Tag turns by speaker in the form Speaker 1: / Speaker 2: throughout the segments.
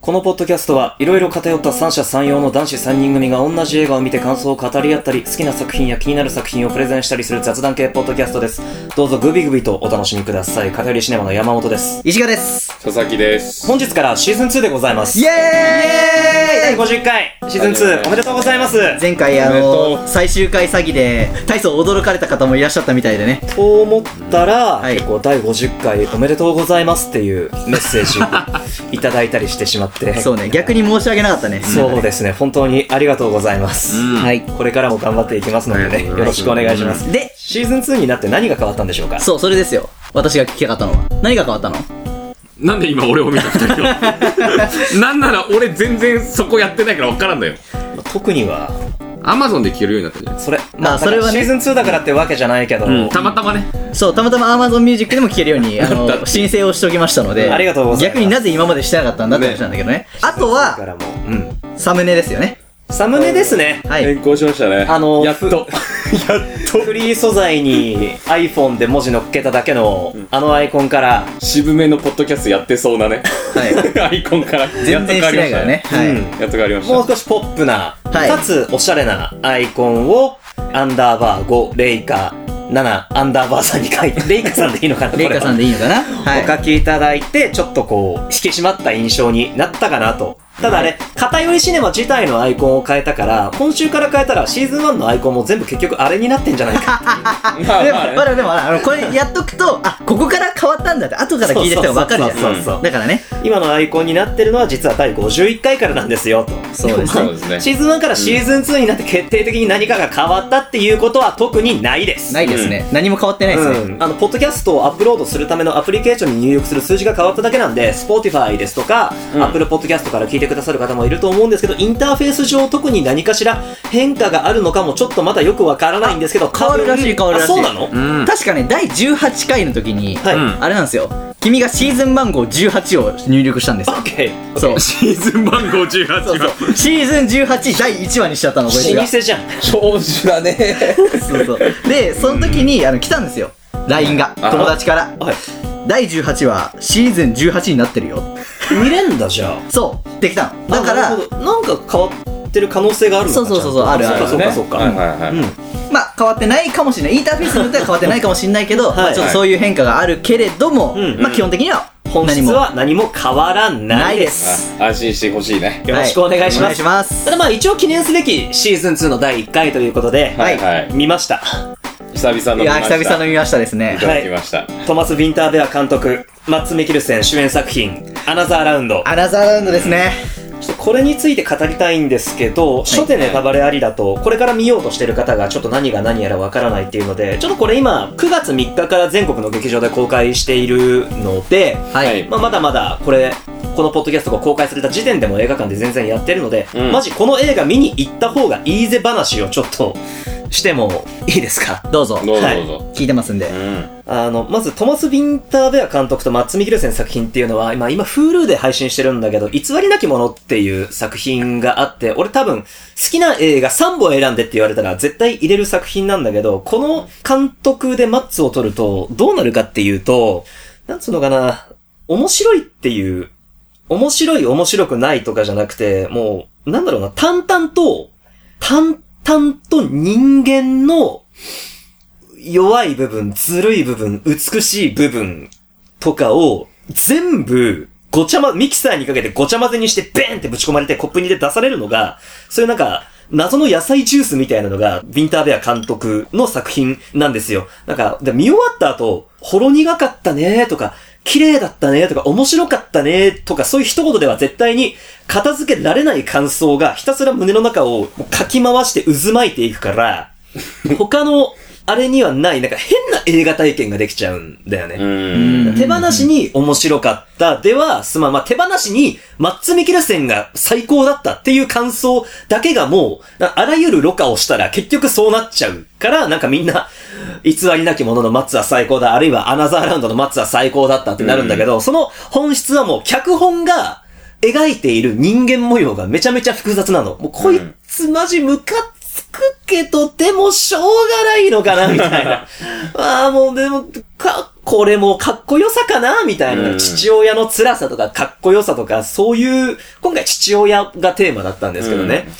Speaker 1: このポッドキャストはいろいろ偏った三者三様の男子三人組が同じ映画を見て感想を語り合ったり好きな作品や気になる作品をプレゼンしたりする雑談系ポッドキャストですどうぞグビグビとお楽しみください偏りシネマの山本です
Speaker 2: 石川です
Speaker 3: 佐々木です。
Speaker 1: 本日からシーズン2でございます
Speaker 2: イエ
Speaker 1: 第
Speaker 2: ーイ
Speaker 1: 50回シーズン2おめでとうございます
Speaker 2: 前回あ
Speaker 3: おめで
Speaker 2: の
Speaker 3: とう
Speaker 2: 最終回詐欺で大層驚かれた方もいらっしゃったみたいでね
Speaker 1: と思ったら、
Speaker 2: はい
Speaker 1: 結構第50回おめでとうございますっていうメッセージを いただいたりしてしまって
Speaker 2: そうね逆に申し訳なかったね
Speaker 1: そうですね本当にありがとうございます、
Speaker 3: うん
Speaker 2: はい
Speaker 1: これからも頑張っていきますので
Speaker 3: あ
Speaker 1: ね
Speaker 3: りがと
Speaker 1: よ
Speaker 3: うござい
Speaker 1: ろ
Speaker 3: ま
Speaker 1: し
Speaker 3: す
Speaker 1: くお願いします
Speaker 2: で
Speaker 1: シーズン2になって何が変わったんでしょうか
Speaker 2: そうそれですよ私が聞きたかったのは何が変わったの
Speaker 3: なんで今俺を見た二人 はなんなら俺全然そこやってないから分からんのよ。
Speaker 1: 特には
Speaker 3: アマゾンで聞けるようになったじゃない
Speaker 1: それ
Speaker 2: あそれはね
Speaker 1: シーズン2だからってわけじゃないけど、
Speaker 3: たまたまね。
Speaker 2: そうたまたま Amazon Music でも聴けるようにあ
Speaker 3: だっ
Speaker 2: の
Speaker 3: て
Speaker 2: 申請をしておきましたので
Speaker 1: ありがとうございます
Speaker 2: 逆になぜ今までしてなかったんだって話なんだけどねあと
Speaker 1: だから
Speaker 2: は
Speaker 1: もう、うん、
Speaker 2: サムネですよね
Speaker 1: サムネですね
Speaker 2: はい
Speaker 3: 更しましたね
Speaker 1: あの
Speaker 3: やっと。
Speaker 1: ふ フリー素材に iPhone で文字乗っけただけの、あのアイコンから、
Speaker 3: 渋めのポッドキャストやってそう なね。
Speaker 2: はい
Speaker 3: アイコンから。
Speaker 2: 全然してないからねはい、
Speaker 1: うん
Speaker 3: やっと変わりましたね。
Speaker 1: もう
Speaker 3: やっと変わり
Speaker 1: 少
Speaker 3: まし
Speaker 1: しポップな、
Speaker 2: はい
Speaker 1: かつおしゃれなアイコンを、アンダーバー5、レイカ7、アンダーバーさんに書いて、レイカさんでいいのかな
Speaker 2: レイカさん
Speaker 1: で。
Speaker 2: でいいのかな
Speaker 1: お
Speaker 2: は
Speaker 1: 書きいただいて、ちょっとこう、引き締まった印象になったかなと。ただあれ、偏りシネマ自体のアイコンを変えたから、今週から変えたらシーズン1のアイコンも全部結局あれになってんじゃない か。
Speaker 3: た。まあ
Speaker 2: いで
Speaker 3: まあ
Speaker 2: も
Speaker 3: ね
Speaker 2: まだでもあのこれやっとくとあここから変わったんだって後から聞いてた人が分かるじゃん
Speaker 1: そうそうそうそう
Speaker 2: だからね
Speaker 1: 今のアイコンになってるのは実は第51回からなんですよ、と。
Speaker 2: そう です
Speaker 3: そうですね
Speaker 1: シーズン1からシーズン2になって決定的に何かが変わったっていうことは特にないです。
Speaker 2: ないですね、何も変わってないですね、
Speaker 1: うん、あのポッドキャストをアップロードするためのアプリケーションに入力する数字が変わっただけなんで Spotify ですとか、
Speaker 3: ん
Speaker 1: Apple Podcast から聞いてくださる方もいると思うんですけどインターフェース上特に何かしら変化があるのかもちょっとまだよくわからないんですけど
Speaker 2: 変わるらしい変わるらしい
Speaker 1: あそうなの、
Speaker 3: うん。
Speaker 2: 確かね第18回の時に、
Speaker 1: はい、
Speaker 3: うん
Speaker 2: あれなんですよ君がシーズン番号18を入力したんですよ
Speaker 1: OK
Speaker 2: そう
Speaker 3: シーズン番号18番。
Speaker 2: そうそうシーズン18第1話にしちゃったのこいつ
Speaker 1: 老
Speaker 2: が
Speaker 1: 舗じゃん
Speaker 3: 長寿だね。
Speaker 2: そうそうでその時にあの来たんですよ LINE が
Speaker 3: あ
Speaker 2: 友達から
Speaker 1: はい
Speaker 2: 第18話シーズン18になってるよ
Speaker 1: 見れんだじゃあ
Speaker 2: そうできたのだか
Speaker 1: あな
Speaker 2: ら
Speaker 1: るほどなんか変わってる可能性があるのか
Speaker 2: そうそうそうそ
Speaker 1: ちゃん
Speaker 2: う
Speaker 1: と
Speaker 2: あるある
Speaker 1: そうかそうか
Speaker 3: は
Speaker 1: そ
Speaker 3: いう
Speaker 1: か
Speaker 3: はいはい。
Speaker 1: うん
Speaker 2: まあ変わってないかもしれないインターフェースによっては変わってないかもしれないけど、
Speaker 1: い
Speaker 2: まあちょっとそういう変化があるけれども、
Speaker 1: うん
Speaker 2: まあ基本的には
Speaker 1: 本
Speaker 2: 何
Speaker 1: 質
Speaker 2: も
Speaker 1: は何も変わらな
Speaker 2: ないい
Speaker 1: で
Speaker 2: ですす
Speaker 3: あ安心してほしいね。
Speaker 1: よろしくお願いし
Speaker 2: お
Speaker 1: ま
Speaker 2: 願い
Speaker 1: す
Speaker 2: しま
Speaker 1: た
Speaker 2: す
Speaker 1: だまあ一応記念すべきシーズン2の第1回ということで、
Speaker 2: はい
Speaker 3: はい。
Speaker 1: 見ました
Speaker 3: 久々の
Speaker 2: い
Speaker 3: 見
Speaker 2: や
Speaker 3: ました。
Speaker 2: 久々の見ましたですね
Speaker 3: いただきました。
Speaker 1: トマス・ヴィンターベア監督マッツ・ミキルセン主演作品「アナザーラウンド
Speaker 2: アナザーラウンドですね」
Speaker 1: ちょっとこれについて語りたいんですけど、初手ネタバレありだとこれから見ようとしてる方がちょっと何が何やらわからないっていうのでちょっとこれ今9月3日から全国の劇場で公開しているので、
Speaker 2: はい、
Speaker 3: はい
Speaker 1: まあ、まだまだこれこのポッドキャストが公開された時点でも映画館で全然やってるので、
Speaker 3: うん
Speaker 1: マジこの映画見に行った方がいいぜ話をちょっとしてもいいですか
Speaker 2: どうぞ
Speaker 3: どうぞどうぞ。
Speaker 2: 聞いてますんで、
Speaker 3: うん。
Speaker 1: あの、まずトマス・ヴィンターベア監督とマッツ・ミキルセンの作品っていうのは、今、今、Hulu で配信してるんだけど、偽りなきものっていう作品があって、俺多分、好きな映画3本選んでって言われたら絶対入れる作品なんだけど、この監督でマッツを撮ると、どうなるかっていうと、なんつうのかな、面白いっていう、面白い面白くないとかじゃなくて、もう、なんだろうな、淡々と、淡々と人間の弱い部分、ずるい部分、美しい部分とかを全部ごちゃま、ミキサーにかけてごちゃ混ぜにしてベーンってぶち込まれてコップに入れて出されるのが、そういうなんか、謎の野菜ジュースみたいなのが、ヴィンターベア監督の作品なんですよ。なんか、で見終わった後、ほろ苦かったねーとか、綺麗だったねーとか、面白かったねーとか、そういう一言では絶対に片付けられない感想がひたすら胸の中をかき回して渦巻いていくから、他の、あれにはない、なんか変な映画体験ができちゃうんだよね。
Speaker 3: うん。
Speaker 1: 手放しに面白かったでは、すまん、まあ、手放しにマッツ・ミキルセンが最高だったっていう感想だけがもう、なあらゆるろ過をしたら結局そうなっちゃうから、なんかみんな、偽りなきもののマッツは最高だ、あるいはアナザーラウンドのマッツは最高だったってなるんだけど、その本質はもう脚本が描いている人間模様がめちゃめちゃ複雑なの。もうこいつマジムカつくけど、でもしょうがないのかな、みたいな。 ああ、もうでも、か、これもかっこよさかな、みたいな、
Speaker 3: うん
Speaker 1: 父親の辛さとか、かっこよさとか、そういう、今回父親がテーマだったんですけどね。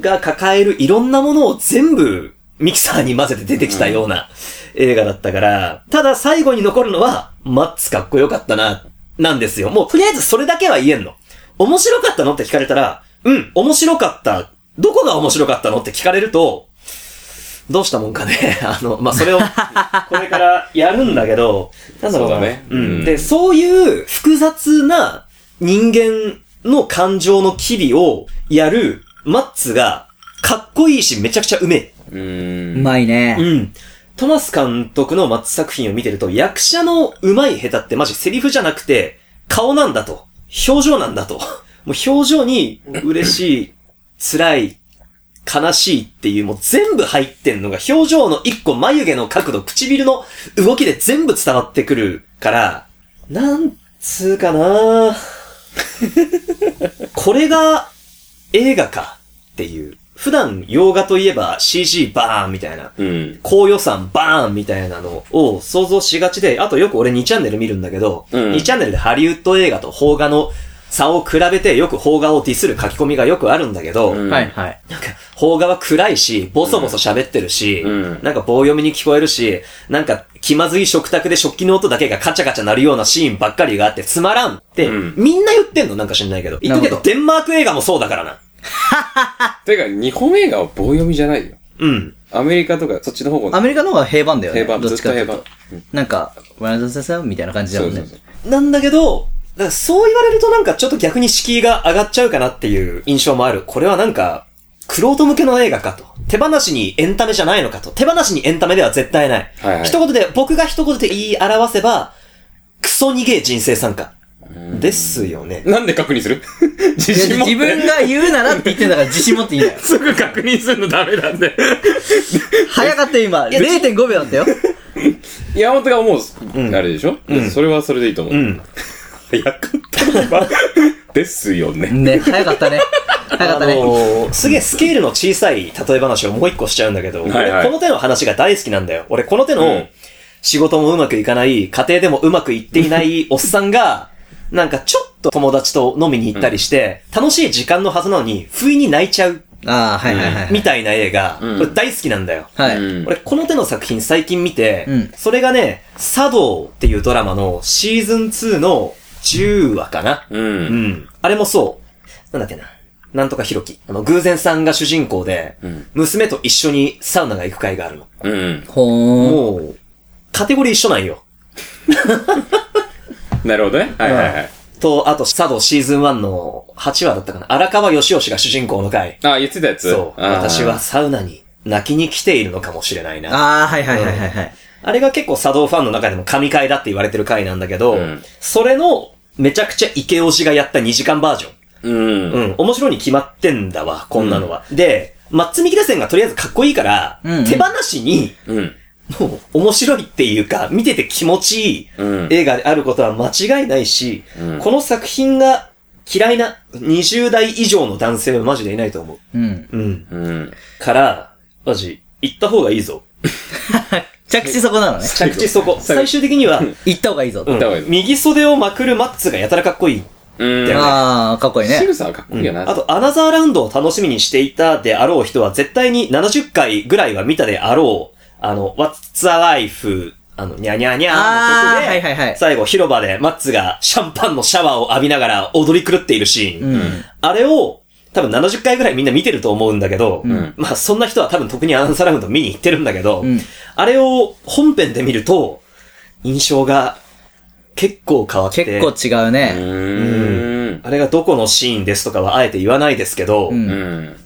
Speaker 1: が抱えるいろんなものを全部、ミキサーに混ぜて出てきたような映画だったから、ただ最後に残るのは、マッツかっこよかったな、なんですよ。もうとりあえずそれだけは言えんの。面白かったのって聞かれたら、うん、面白かった。どこが面白かったのって聞かれると、どうしたもんかね。 あの、まあ、それを、これからやるんだけど、なんだろうな。
Speaker 3: そうだね
Speaker 1: うん。
Speaker 3: う
Speaker 1: で、
Speaker 3: ん
Speaker 1: そういう複雑な人間の感情の機微をやるマッツが、かっこいいし、めちゃくちゃうめえ。
Speaker 3: うん
Speaker 2: うまいうね。
Speaker 1: ん。トマス監督の松作品を見てると、役者の上手い下手ってマジセリフじゃなくて、顔なんだと。表情なんだと。もう表情に嬉しい、辛い、悲しいっていうもう全部入ってんのが表情の一個眉毛の角度、唇の動きで全部伝わってくるから、なんつうかなこれが映画かっていう。普段洋画といえば CG バーンみたいな。
Speaker 3: うん。
Speaker 1: 高予算バーンみたいなのを想像しがちで、あとよく俺2チャンネル見るんだけど、
Speaker 3: うん
Speaker 1: 2チャンネルでハリウッド映画と邦画の差を比べてよく邦画をディスる書き込みがよくあるんだけど、
Speaker 3: うん
Speaker 2: はいはい。
Speaker 1: なんか邦画は暗いし、ボソボソ喋ってるし、
Speaker 3: うん
Speaker 1: なんか棒読みに聞こえるし、なんか気まずい食卓で食器の音だけがカチャカチャ鳴るようなシーンばっかりがあってつまらんって、
Speaker 3: うん
Speaker 1: みんな言ってんのなんか知んないけど。言っとくけど、
Speaker 2: なる
Speaker 1: デ
Speaker 2: ほ
Speaker 1: ンマーク映画もそうだからな。
Speaker 3: てか、日本映画は棒読みじゃないよ。
Speaker 1: うん。
Speaker 3: アメリカとか、そっちの方
Speaker 2: ア
Speaker 3: が
Speaker 2: メリカの方が平板だよね。
Speaker 3: 平板、
Speaker 2: ど
Speaker 3: ず
Speaker 2: っ
Speaker 3: っ
Speaker 2: ちか
Speaker 3: と
Speaker 2: ってい
Speaker 3: 平
Speaker 2: うと
Speaker 3: 板。。
Speaker 2: なんか、ワンダサさんみたいな感じだ
Speaker 3: そ
Speaker 2: も
Speaker 3: うんそ
Speaker 2: ね
Speaker 3: う。そう。
Speaker 1: なんだけど、だからそう言われるとなんかちょっと逆に敷居が上がっちゃうかなっていう印象もある。これはなんか、クロート向けの映画かと。手放しにエンタメじゃないのかと。手放しにエンタメでは絶対ない。
Speaker 3: はいはい
Speaker 1: 一言で、僕が一言で言い表せば、クソ逃げ人生参加。ですよね。
Speaker 3: なんで確認する 自
Speaker 2: いや
Speaker 3: 信持って。
Speaker 2: 自分が言うならって言ってんだから自信持っていいんだよ
Speaker 3: すぐ確認するのダメなんで。
Speaker 2: 早かったよ今。0.5秒だったよ。
Speaker 3: 山本が思う、
Speaker 1: うん
Speaker 3: あれでしょ、
Speaker 1: うん
Speaker 3: それはそれでいいと思う。
Speaker 1: うん。
Speaker 3: 早かったのは ですよね。
Speaker 2: ね、早かったね。早かった
Speaker 1: あ
Speaker 2: ね。
Speaker 1: のーすげえスケールの小さい例え話をもう一個しちゃうんだけど、
Speaker 3: はいはい
Speaker 1: 俺この手の話が大好きなんだよ。俺この手の、
Speaker 3: うん
Speaker 1: 仕事もうまくいかない、家庭でもうまくいってい ないおっさんが、なんかちょっと友達と飲みに行ったりして、楽しい時間のはずなのに、不意に泣いちゃう、
Speaker 2: ああ、はいはいはい。
Speaker 1: みたいな映画、
Speaker 3: うん
Speaker 1: これ大好きなんだよ。
Speaker 2: はい。
Speaker 3: うん
Speaker 1: 俺、この手の作品最近見て、
Speaker 2: うん
Speaker 1: それがね、茶道っていうドラマのシーズン2の10話かな。
Speaker 3: う。
Speaker 1: うんん。あれもそう。なんだっけな。なんとかひろき。あの、偶然さんが主人公で、
Speaker 3: うん
Speaker 1: 娘と一緒にサウナが行く会があるの。
Speaker 3: うん。
Speaker 2: ほーん。
Speaker 1: もう、カテゴリー一緒なんよ。
Speaker 3: なるほどね。はいはいはい。
Speaker 1: と、あと、佐渡シーズン1の8話だったかな。荒川義義が主人公の回。
Speaker 3: あ、言ってたやつ
Speaker 1: そう。
Speaker 3: あー
Speaker 1: 私はサウナに泣きに来ているのかもしれないな。あ
Speaker 2: ああ、はいはいはいはいはい。
Speaker 1: れが結構佐渡ファンの中でも神回だって言われてる回なんだけど、
Speaker 3: うん
Speaker 1: それのめちゃくちゃイケオジがやった2時間バージョン。
Speaker 3: うん。
Speaker 1: うん、面白いに決まってんだわ、こんなのは。で、マッツ・ミキラセンがとりあえずかっこいいから、
Speaker 2: うんうん
Speaker 1: 手放しに、
Speaker 3: うん。
Speaker 1: もう、面白いっていうか、見てて気持ちいい
Speaker 3: うん
Speaker 1: 映画であることは間違いないし、
Speaker 3: うん
Speaker 1: この作品が嫌いな20代以上の男性はマジでいないと思
Speaker 2: うん。
Speaker 1: う。うん。
Speaker 3: うん。
Speaker 1: から、マジ、行った方がいいぞ。
Speaker 2: 着地そこなのね。
Speaker 1: 着地そ こ。最終的には、
Speaker 2: 行った方がいいぞ。
Speaker 1: う
Speaker 3: 行った方がいい
Speaker 1: ん
Speaker 3: ぞ
Speaker 1: 右袖をまくるマッツがやたらかっこいい。
Speaker 3: うん。
Speaker 1: だよね
Speaker 2: ああ、かっこいい
Speaker 3: 仕
Speaker 2: ね。
Speaker 3: 草はかっこいいよな。
Speaker 1: あと、アナザーラウンドを楽しみにしていたであろう人は、絶対に70回ぐらいは見たであろう、あの、What's a Life、あの、ニャニャニャーの曲
Speaker 2: ああ、
Speaker 1: で、
Speaker 2: はいはいはい。
Speaker 1: 最後、広場でマッツがシャンパンのシャワーを浴びながら踊り狂っているシーン。
Speaker 2: うん。
Speaker 1: あれを、多分70回ぐらいみんな見てると思うんだけど、
Speaker 3: ん
Speaker 1: まあそんな人は多分特にアナザーラウンド見に行ってるんだけど、
Speaker 2: うん
Speaker 1: あれを本編で見ると、印象が結構変わって。
Speaker 2: 結構違う
Speaker 3: う
Speaker 2: ね。
Speaker 3: ーん。
Speaker 1: あれがどこのシーンですとかはあえて言わないですけど、
Speaker 2: うん
Speaker 3: うん。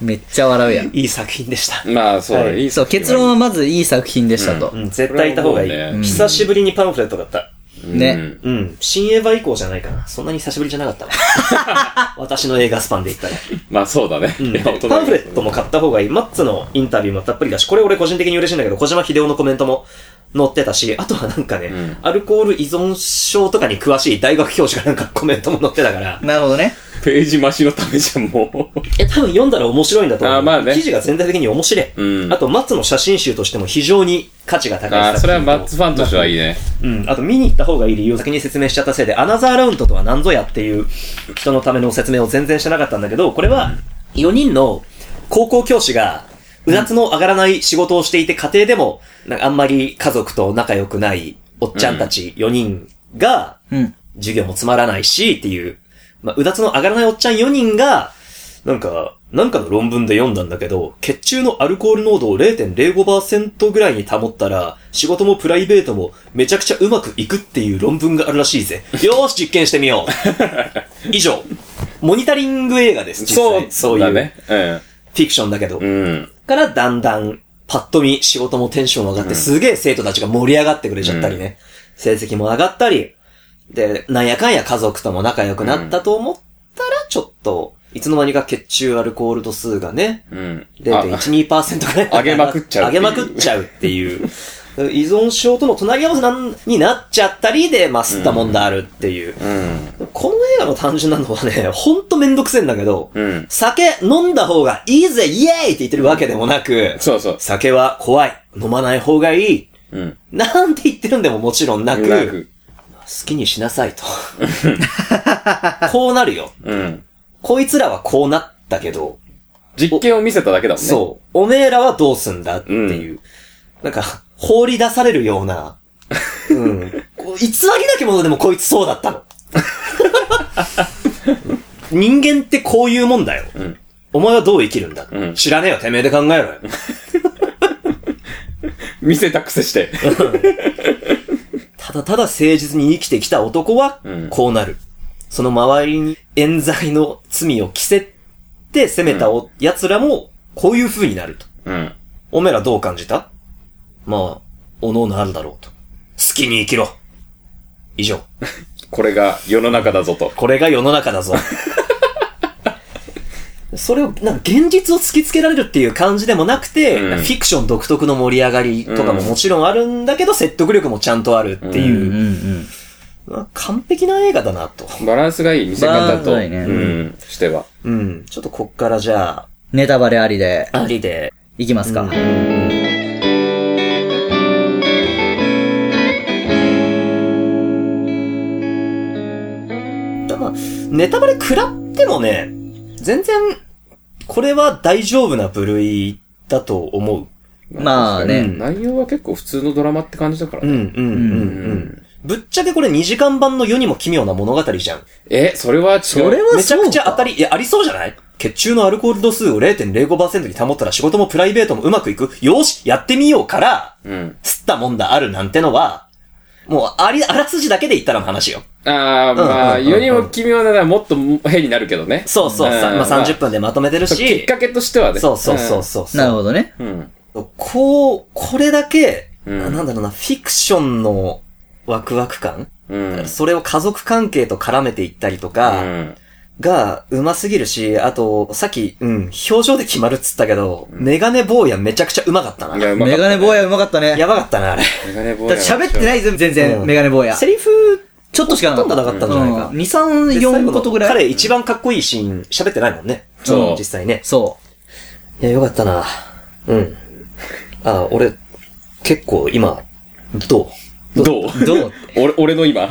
Speaker 2: めっちゃ笑うやん。
Speaker 1: いい作品でした。
Speaker 3: まあ、そうだ
Speaker 1: はい
Speaker 3: ね。いい
Speaker 2: そう、結論はまずいい作品でしたと
Speaker 1: う。ん、絶対行った方がい
Speaker 3: それはも
Speaker 1: い。
Speaker 3: うね
Speaker 1: 久しぶりにパンフレットだった。
Speaker 3: うん
Speaker 2: ね
Speaker 3: う
Speaker 1: う
Speaker 3: ん
Speaker 1: ん、新エヴァ以降じゃないかな。そんなに久しぶりじゃなかったわ。 私の映画スパンで言ったら。
Speaker 3: まあ、そうだね。
Speaker 1: うん
Speaker 3: いや大人
Speaker 1: パンフレットも買った方がいい。マッツのインタビューもたっぷりだし、これ俺個人的に嬉しいんだけど、小島秀夫のコメントも載ってたし、あとはなんかね、
Speaker 3: うん
Speaker 1: アルコール依存症とかに詳しい大学教授がなんかコメントも載ってたから、
Speaker 2: なるほどね。
Speaker 3: ページ増しのためじゃん、も う。
Speaker 1: え、多分読んだら面白いんだと思う。
Speaker 3: あーまあね
Speaker 1: 記事が全体的に面白い。
Speaker 3: うん
Speaker 1: あと、マッツの写真集としても非常に価値が高い
Speaker 3: あ
Speaker 1: 作
Speaker 3: あ、
Speaker 1: 品
Speaker 3: それはマッツファンとしてはいいね。
Speaker 1: うん。あと、見に行った方がいい理由を先に説明しちゃったせいで、アナザーラウンドとは何ぞやっていう人のための説明を全然してなかったんだけど、これは4人の高校教師が、うだつの上がらない仕事をしていて、家庭でも、なんかあんまり家族と仲良くないおっちゃんたち4人が、
Speaker 2: うん。
Speaker 1: 授業もつまらないし、っていう、まあ、うだつの上がらないおっちゃん4人が、なんか、なんかの論文で読んだんだけど、血中のアルコール濃度を0.05%ぐらいに保ったら、仕事もプライベートもめちゃくちゃうまくいくっていう論文があるらしい ぜ。よーし、実験してみよ う。以上。モニタリング映画です、実際。そう
Speaker 3: だ
Speaker 1: いう、
Speaker 3: ね。
Speaker 1: フィクションだけど。
Speaker 3: うん。うん。
Speaker 1: からだんだん、パッと見仕事もテンション上がって、すげえ生徒たちが盛り上がってくれちゃったりね。成績も上がったり、で、なんやかんや家族とも仲良くなったと思ったら、ちょっと、いつの間にか血中アルコール度数がね、
Speaker 3: うん。あ
Speaker 1: 0.12%ぐらい。
Speaker 3: 上げまくっちゃう
Speaker 1: 上げまくっちゃうっていう。依存症との隣り合わせなんになっちゃったりで、まあ、吸ったもんだあるっていう。
Speaker 3: うん。
Speaker 1: この映画の単純なのはね、ほんとめんどくせえんだけど、
Speaker 3: うん。
Speaker 1: 酒飲んだ方がいいぜ、イエーイって言ってるわけでもなく、
Speaker 3: そうそう。
Speaker 1: 酒は怖い、飲まない方がいい、
Speaker 3: うん。
Speaker 1: なんて言ってるんでももちろんなく、
Speaker 3: なく。
Speaker 1: 好きにしなさいと。こうなるよ。
Speaker 3: うん。
Speaker 1: こいつらはこうなったけど、
Speaker 3: 実験を見せただけだもんね。
Speaker 1: そう、おめえらはどうすんだっていう、なんか、放り出されるような、うん。こう偽りなきものでもこいつそうだった の。人間ってこういうもんだよ。
Speaker 3: ん
Speaker 1: お前はどう生きるんだ、
Speaker 3: うん
Speaker 1: 知らねえよ、てめえで考えろよ。
Speaker 3: 見せたくせして。
Speaker 1: ただただ誠実に生きてきた男は
Speaker 3: うん、
Speaker 1: こうなる。その周りに冤罪の罪を着せて責めたお、奴らも、こういう風になると。
Speaker 3: うん。
Speaker 1: おめえらどう感じたまあ、おのおのあるだろうと。好きに生きろ。以上。
Speaker 3: これが世の中だぞと。
Speaker 1: これが世の中だ ぞ。それを、なんか現実を突きつけられるっていう感じでもなくて、
Speaker 3: うん
Speaker 1: フィクション独特の盛り上がりとかももちろんあるんだけど、説得力もちゃんとあるっていう
Speaker 2: う、んうん。
Speaker 1: まあ完璧な映画だなと。
Speaker 3: バランスがいい見せ方と。
Speaker 2: バランスがいいね
Speaker 3: うん。しては。
Speaker 1: うん。ちょっとこっからじゃ
Speaker 2: ネタバレありで、
Speaker 1: あ、ありで。
Speaker 2: いきますか。
Speaker 1: ただ、ネタバレ食らってもね、全然、これは大丈夫な部類だと思う。
Speaker 2: まあね
Speaker 3: うん内容は結構普通のドラマって感じだから
Speaker 1: うん、う
Speaker 3: ね。
Speaker 1: ん、うん、う。
Speaker 3: うん
Speaker 1: ぶっちゃけこれ2時間版の世にも奇妙な物語じゃん。
Speaker 3: え、それは違う。
Speaker 2: それは
Speaker 1: めちゃくちゃ
Speaker 2: そうか
Speaker 1: 当たり、いや、ありそうじゃない血中のアルコール度数を0.05%に保ったら仕事もプライベートもうまくいく。よーし、やってみようから、
Speaker 3: うん。
Speaker 1: 吸ったもんだあるなんてのは、もう、あり、あらすじだけで言ったらの話よ。
Speaker 3: ああ、まあ、
Speaker 1: うんうんうんう
Speaker 3: 世
Speaker 1: ん
Speaker 3: にも奇妙ならもっと変になるけどね。
Speaker 1: そうそう、さ
Speaker 3: ん
Speaker 1: まあ、30分でまとめてる
Speaker 3: そうきっ
Speaker 1: し、
Speaker 3: かけとしてはね。
Speaker 1: そうそうそうそうそう。
Speaker 2: なるほどね。
Speaker 3: うん。うん。
Speaker 1: こう、これだけ、
Speaker 3: うん
Speaker 1: あなんだろうな、フィクションのワクワク感、
Speaker 3: うん。
Speaker 1: それを家族関係と絡めていったりとか、
Speaker 3: うん
Speaker 1: が、うますぎるし、あと、さっき、うん、表情で決まるっつったけど、メガネ坊やめちゃくちゃうまかったな。
Speaker 3: いやうまか
Speaker 2: メ
Speaker 3: った
Speaker 2: ガ
Speaker 3: ね
Speaker 2: ネ坊やうまかったね。
Speaker 1: やばかったな、あれ。
Speaker 3: メガネ坊
Speaker 2: だ
Speaker 3: や。
Speaker 2: って喋ってないぜ、全然、
Speaker 1: うん
Speaker 2: メガネ坊や。
Speaker 1: セリフ、
Speaker 2: ちょっとしかなかった。
Speaker 1: ほとんどなかったんじゃないか
Speaker 2: うん2、3、4ことぐらい。
Speaker 1: 彼一番かっこいいシーン喋ってないもんね。
Speaker 3: そう
Speaker 1: 実際ね。
Speaker 2: そ
Speaker 1: いや、よかったな。うん。あ、俺、結構今、どう
Speaker 3: どう
Speaker 2: う。どう
Speaker 3: 俺、俺の今。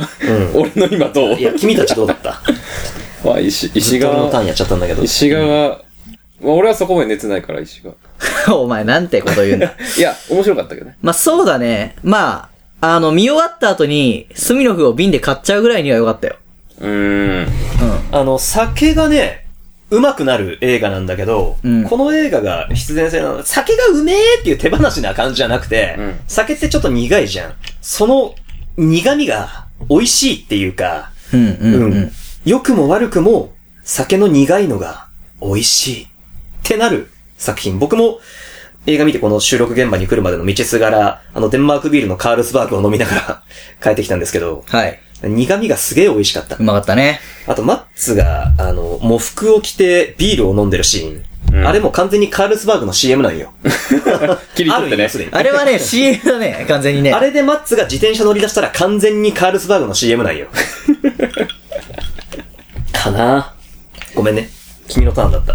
Speaker 1: ん
Speaker 3: 俺の今どう
Speaker 1: いや、君たちどうだった
Speaker 3: まあ、石、石
Speaker 1: 俺のター
Speaker 3: 川
Speaker 1: ン。やっちゃったんだけど。
Speaker 3: 石川。まあ、俺はそこまで熱ないから、石川。
Speaker 2: お前なんてこと言うんだ。
Speaker 3: いや、面白かったけどね。
Speaker 2: まあそうだね。まあ、あの、見終わった後に、スミノフを瓶で買っちゃうぐらいにはよかったよ。
Speaker 3: うーん。
Speaker 1: あの、酒がね、うまくなる映画なんだけど、
Speaker 2: うん
Speaker 1: この映画が必然性なの。酒がうめえっていう手放しな感じじゃなくて、
Speaker 3: うん
Speaker 1: 酒ってちょっと苦いじゃん。その苦味が美味しいっていうか、
Speaker 2: うん。うん、うん、うん。
Speaker 1: 良くも悪くも酒の苦いのが美味しいってなる作品。僕も映画見てこの収録現場に来るまでの道すがら、あのデンマークビールのカールスバーグを飲みながら 帰ってきたんですけど、
Speaker 2: はい。
Speaker 1: 苦味がすげえ美味しかった
Speaker 2: う。まかったね。
Speaker 1: あと、マッツが、あの、喪服を着てビールを飲んでるシーン。
Speaker 3: う
Speaker 1: あれもう完全にカールスバーグの CM なん よ。
Speaker 3: 切り取って
Speaker 1: ある
Speaker 3: ね
Speaker 1: 意味すでに
Speaker 2: あれは ね、CM だね、完全にね。
Speaker 1: あれでマッツが自転車乗り出したら完全にカールスバーグの CM なんよ。かなごめんね。君のターンだった。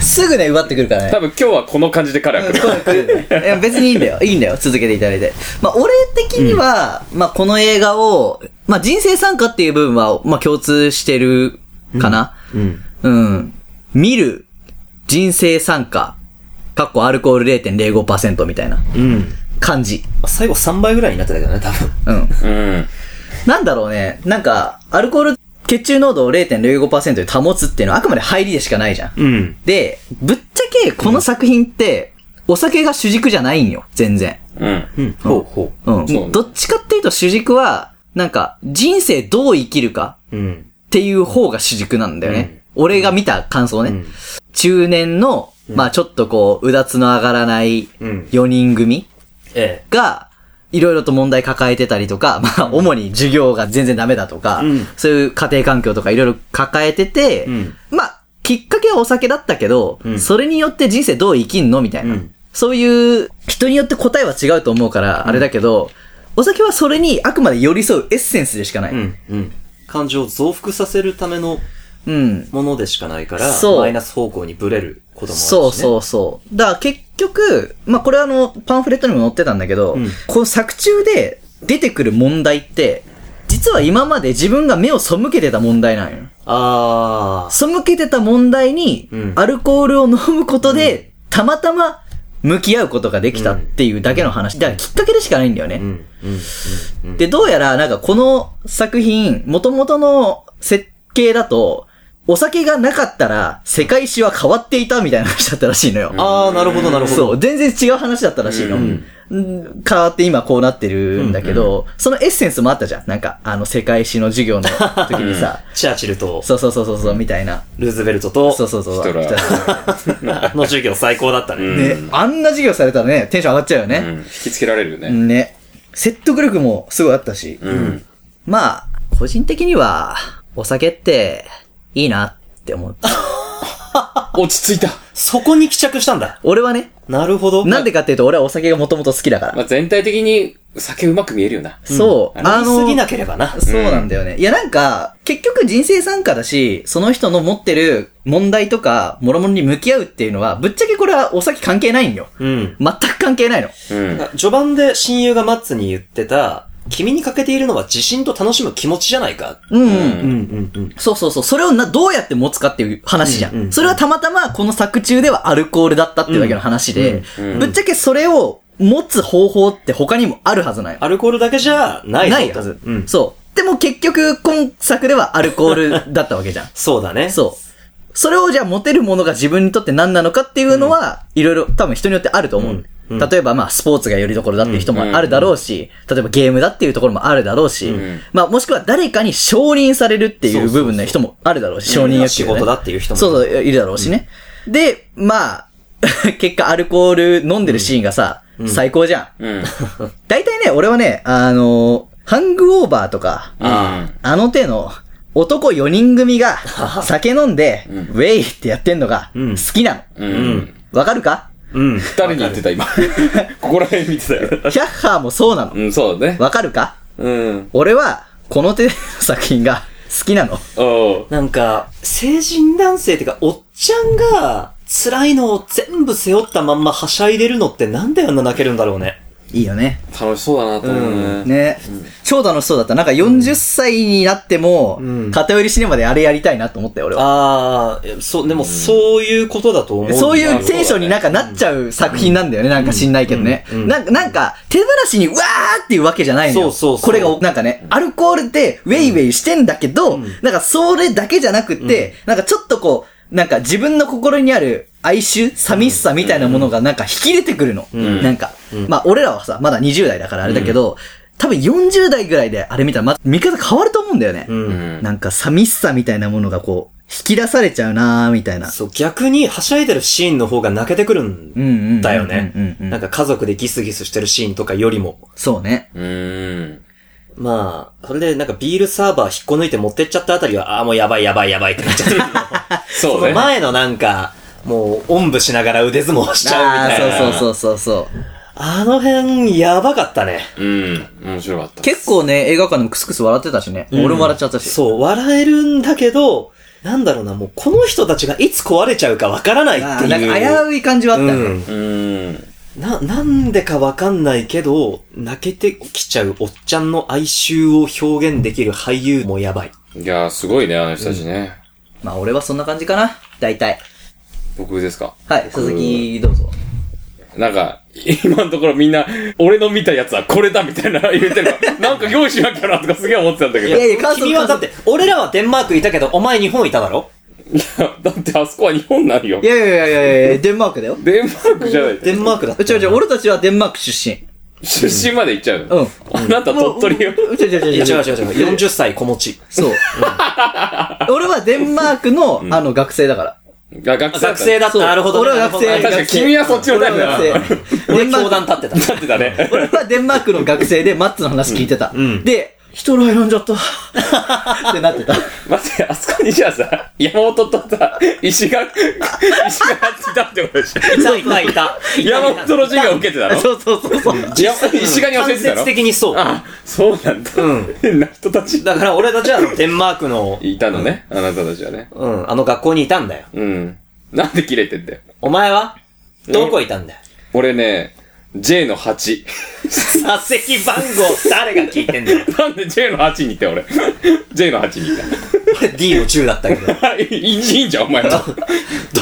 Speaker 2: すぐね、奪ってくるから ね
Speaker 3: 多。分今日はこの感じで彼は来る。
Speaker 2: いや別にいいんだよ。いいんだよ。続けていただいて。まあ、俺的には、まあ、この映画を、まあ、人生参加っていう部分は、まあ、共通してるかな。
Speaker 1: うん。
Speaker 2: うん。見る、人生参加、かっこアルコール0.05%みたいな
Speaker 1: うん。ま
Speaker 2: 感じ。
Speaker 1: あ最後3倍ぐらいになってたけどね、多分。
Speaker 2: うん。
Speaker 3: うん。
Speaker 2: なんだろうね。なんか、アルコール血中濃度を0.05%で保つっていうのはあくまで入りでしかないじゃん。
Speaker 1: うん。
Speaker 2: で、ぶっちゃけこの作品って、お酒が主軸じゃないんよ。全然。
Speaker 3: うん。
Speaker 1: うん。ほうほ
Speaker 2: うん。
Speaker 3: そうね
Speaker 2: どっちかっていうと主軸は、なんか、人生どう生きるか
Speaker 1: う。うん。
Speaker 2: っていう方が主軸なんだよね。俺が見た感想ね。
Speaker 1: うん
Speaker 2: 中年の、まあちょっとこう、うだつの上がらない
Speaker 1: うん
Speaker 2: 4人組
Speaker 1: え
Speaker 2: が、いろいろと問題抱えてたりとか、まあ主に授業が全然ダメだとか、
Speaker 1: うん
Speaker 2: そういう家庭環境とかいろいろ抱えてて、
Speaker 1: うん
Speaker 2: まあ、きっかけはお酒だったけど、
Speaker 1: うん
Speaker 2: それによって人生どう生きんのみたいな。
Speaker 1: うん
Speaker 2: そういう、人によって答えは違うと思うから、あれだけど、お酒はそれにあくまで寄り添うエッセンスでしかない。
Speaker 1: え。うん。うん。感情を増幅させるための
Speaker 2: うん
Speaker 1: ものでしかないから、
Speaker 2: そう
Speaker 1: マイナス方向にブレることもあるし、ね。
Speaker 2: そうそうそう。だから結局、まあ、これはあの、パンフレットにも載ってたんだけど、
Speaker 1: うん
Speaker 2: この作中で出てくる問題って、実は今まで自分が目を背けてた問題なんよ。
Speaker 1: ああ。
Speaker 2: 背けてた問題に
Speaker 1: うん、
Speaker 2: アルコールを飲むことで、たまたま向き合うことができたっていうだけの話。だからきっかけでしかないんだよね。
Speaker 1: うん。うん。
Speaker 2: で、どうやら、なんかこの作品、元々の設計だと、お酒がなかったら、世界史は変わっていたみたいな話だったらしいのよ。
Speaker 1: ああ、なるほど、なるほど。
Speaker 2: そう、全然違う話だったらしいの。
Speaker 1: うん
Speaker 2: うん変わって今こうなってるんだけど、そのエッセンスもあったじゃん。なんか、あの、世界史の授業の時にさ、
Speaker 1: チャーチルと、
Speaker 2: そうそうそうそうそう、みたいな。
Speaker 1: ルーズベルトと、
Speaker 2: そうそうそう。
Speaker 3: ヒトラー
Speaker 2: ヒト
Speaker 1: あの授業最高だったね。
Speaker 2: ラ
Speaker 3: うん
Speaker 2: ーね、あんな授業されたらね、テンション上がっちゃうよ
Speaker 3: うん
Speaker 2: ね。
Speaker 3: 引きつけられるよね。
Speaker 2: ね。説得力もすごいあったし。
Speaker 3: うん。
Speaker 2: まあ、個人的には、お酒って、いいなって思う。
Speaker 3: 落ち着いた。
Speaker 1: そこに帰着したんだ。
Speaker 2: 俺はね、
Speaker 1: なるほど。
Speaker 2: なんでかっていうと俺はお酒がもともと好きだから。
Speaker 3: まあ、全体的に酒うまく見えるよな。
Speaker 2: そう、
Speaker 3: うん
Speaker 2: あ
Speaker 1: 飲みす
Speaker 2: の
Speaker 1: ぎ、なければな。
Speaker 2: そうなんだよね。いやなんか、結局人生参加だし、その人の持ってる問題とか、諸々に向き合うっていうのは、ぶっちゃけこれはお酒関係ないんよ。
Speaker 1: うん。
Speaker 2: 全く関係ないの。
Speaker 3: うん。
Speaker 1: 序盤で親友がマッツに言ってた、君に欠けているのは自信と楽しむ気持ちじゃないか。
Speaker 2: うん、うん。
Speaker 3: ん
Speaker 1: うんうんうん。
Speaker 2: そうそうそう。それをな、どうやって持つかっていう話じゃん。
Speaker 1: うんうんうん
Speaker 2: それはたまたまこの作中ではアルコールだったっていうだけの話で、
Speaker 3: うんうんうん
Speaker 2: ぶっちゃけそれを持つ方法って他にもあるはずない。
Speaker 1: アルコールだけじゃない
Speaker 2: ないは
Speaker 1: はず
Speaker 2: ず。。
Speaker 1: うん。
Speaker 2: そう。でも結局今作ではアルコールだったわけじゃん。
Speaker 1: そうだね。
Speaker 2: そう。それをじゃあ持てるものが自分にとって何なのかっていうのは、いろいろ多分人によってあると思う。
Speaker 1: うんうん
Speaker 2: 例えばまあスポーツがよりどころだっていう人も
Speaker 3: うん
Speaker 2: あるだろうし、例えばゲームだっていうところもあるだろうし、
Speaker 3: うん
Speaker 2: まあもしくは誰かに承認されるっていう部分の人もあるだろうし、承認欲求、ね、
Speaker 1: 仕事だっていう人もいる
Speaker 2: そうそう、いるだろうしね。で、まあ、 結果アルコール飲んでるシーンがさ、最高じゃん。
Speaker 3: うん。
Speaker 2: 大体ね、俺はね、あのハングオーバーとか、
Speaker 3: あ
Speaker 2: あの手の男4人組 が酒飲んで、ウ
Speaker 3: ん
Speaker 2: ェイってやってんのが
Speaker 1: うん
Speaker 2: 好きなの。
Speaker 3: うん。うん。
Speaker 2: わかるか
Speaker 1: うん。
Speaker 3: 誰に言ってた今。 ここら辺見てたよ。
Speaker 2: ヒャッハーもそうなの。
Speaker 3: うん、そうだね。
Speaker 2: わかるか
Speaker 3: うん。
Speaker 2: 俺は、この手の作品が好きなの。
Speaker 3: おう。
Speaker 1: なんか、成人男性っていうか、おっちゃんが、辛いのを全部背負ったまんまはしゃいでるのってなんであんな泣けるんだろうね。
Speaker 2: いいよね。
Speaker 3: 楽しそうだなと思うね。
Speaker 2: ね。超楽しそうだった。なんか40歳になっても、
Speaker 1: うん
Speaker 2: 偏り死ねまであれやりたいなと思ったよ、俺は。
Speaker 1: ああ、そう、でもそういうことだと思う。
Speaker 2: そういうテンションになんかなっちゃう作品なんだよね。なんか知んないけどね。
Speaker 1: うんうん
Speaker 2: なんか、なんか、手放しにうわーっていうわけじゃないの
Speaker 1: そ
Speaker 2: よ。
Speaker 1: うそうそう
Speaker 2: これが、なんかね、アルコールでウェイウェイしてんだけど、なんかそれだけじゃなくて、なんかちょっとこう、なんか自分の心にある哀愁、寂しさみたいなものがなんか引き出てくるの。
Speaker 3: ん
Speaker 2: なんか、まあ俺らはさ、まだ20代だからあれだけど、多分40代ぐらいであれ見たらまた見方変わると思うんだよね。
Speaker 1: うん。
Speaker 3: うん。
Speaker 2: なんか寂しさみたいなものがこう、引き出されちゃうなーみたいな。
Speaker 1: そう、逆にはしゃいでるシーンの方が泣けてくるん
Speaker 2: ん
Speaker 1: だよね。
Speaker 2: な
Speaker 1: なんん
Speaker 2: か、
Speaker 1: か家族でギスギスしてるシーンとかよりも。
Speaker 2: そうね。
Speaker 3: うん。
Speaker 1: まあ、それでなんかビールサーバー 引っこ抜いて持ってっちゃったあたりは、ああ、もうやばいやばいやばいってなっちゃってる。
Speaker 3: そ
Speaker 1: そうの
Speaker 3: ね。
Speaker 1: 前のなんか、もう、おんぶしながら腕相撲しちゃうみたいな。
Speaker 2: ああ、そうそうそうそうそう。
Speaker 1: あの辺、やばかったね。
Speaker 3: うん。面白かった。
Speaker 2: 結構ね、映画館でもクスクス笑ってたしね。俺も笑っちゃったし。
Speaker 1: そう、笑えるんだけど、なんだろうな、もうこの人たちがいつ壊れちゃうかわからない
Speaker 2: あ
Speaker 1: っ
Speaker 2: ー
Speaker 1: て
Speaker 2: なん
Speaker 1: いう。
Speaker 2: か危うい感じはあったね。
Speaker 1: うん。
Speaker 3: うん。
Speaker 1: な、なんでかわかんないけど、泣けてきちゃうおっちゃんの哀愁を表現できる俳優もやばい。
Speaker 3: いやー、すごいね、あの人たちね。
Speaker 2: まあ俺はそんな感じかな。大体。
Speaker 3: 僕ですか
Speaker 2: はい、
Speaker 3: 僕
Speaker 2: 鈴木どうぞ。
Speaker 3: なんか、今のところみんな、俺の見たやつはこれだみたいな言ってるの。 なんか用意しなきゃなとかすげえ思ってたんだけど。
Speaker 2: いやいや、感想
Speaker 1: 君はだっ。て、俺らはデンマークいたけど、お前日本いただろ
Speaker 3: だってあそこは日本なんよ
Speaker 2: 感想い。やいやいやいやいや、デンマークだよ。
Speaker 3: デンマークじゃない。
Speaker 1: デンマークだっ
Speaker 2: う
Speaker 1: た。
Speaker 2: ちうち俺たちはデンマーク出身。
Speaker 3: 出身まで行っちゃう
Speaker 2: う
Speaker 3: の。
Speaker 2: ん。
Speaker 3: あなた鳥取よ。
Speaker 2: うちうちうち
Speaker 1: いや
Speaker 2: うち
Speaker 1: 違う違う違う。40歳子持ち。
Speaker 2: そう。俺はデンマークの、あの、学生だから。
Speaker 3: が学生だっ
Speaker 1: 学
Speaker 3: たね
Speaker 1: 生だった。
Speaker 2: そう
Speaker 1: なるほどね。
Speaker 2: 俺は学生
Speaker 1: なるほど
Speaker 3: 確
Speaker 1: ね
Speaker 3: かに君はそっちのタイプだな。
Speaker 2: 俺は
Speaker 3: 立
Speaker 2: 学生。デンマ
Speaker 1: 俺教
Speaker 2: ー
Speaker 1: 団
Speaker 2: ク。
Speaker 1: 立ってた。
Speaker 3: ってたね。
Speaker 2: 俺はデンマークの学生で、マッツの話聞いてた。
Speaker 1: ん
Speaker 2: で、人の選んじゃった。ってなってた。
Speaker 3: 待って、あそこにじゃあさ、山本とさ、石が、石が立ったってことでしょ。
Speaker 1: いたいたいた。
Speaker 3: 山本の授業受けてたの
Speaker 2: そうそうそうそう。
Speaker 3: いや石がに教えてた
Speaker 1: 間接
Speaker 3: の
Speaker 1: 的にそう。
Speaker 3: あ、そうなんだ。
Speaker 1: うん
Speaker 3: 変な人たち。
Speaker 1: だから俺たちはデンマークの、
Speaker 3: いたのね、あなたたちはね。
Speaker 1: うん、あの学校にいたんだよ。
Speaker 3: うん。なんで切れてんだよ。
Speaker 1: お前はどこいたんだよ。
Speaker 3: 俺ね、J の8。
Speaker 1: 座席番号誰が聞いてんだよ。
Speaker 3: なんで J の8に行ったよ、俺。J の8に行っ
Speaker 1: 俺 D の10だったけど。
Speaker 3: た。 いいいいんじゃん、お前は。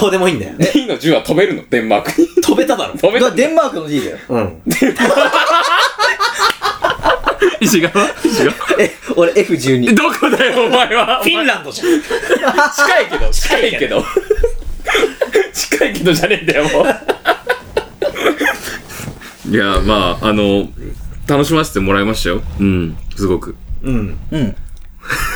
Speaker 1: どうでもいいんだよ。
Speaker 3: D の10は飛べるの、デンマークに。
Speaker 1: 飛べただろ。
Speaker 3: 飛べ
Speaker 2: だから
Speaker 3: る
Speaker 2: デンマークの D だよ。
Speaker 1: うん。
Speaker 3: 石が石が
Speaker 2: え、俺 F12。
Speaker 3: どこだよ、お前は。お
Speaker 1: フィ
Speaker 3: 前
Speaker 1: ンランドじゃん。
Speaker 3: 近いけど、近いけど。 近いけどじゃねえんだよ、もう。 いや、まあ、あの、楽しませてもらいましたよ。うん、すごく。
Speaker 1: うん。
Speaker 2: うん。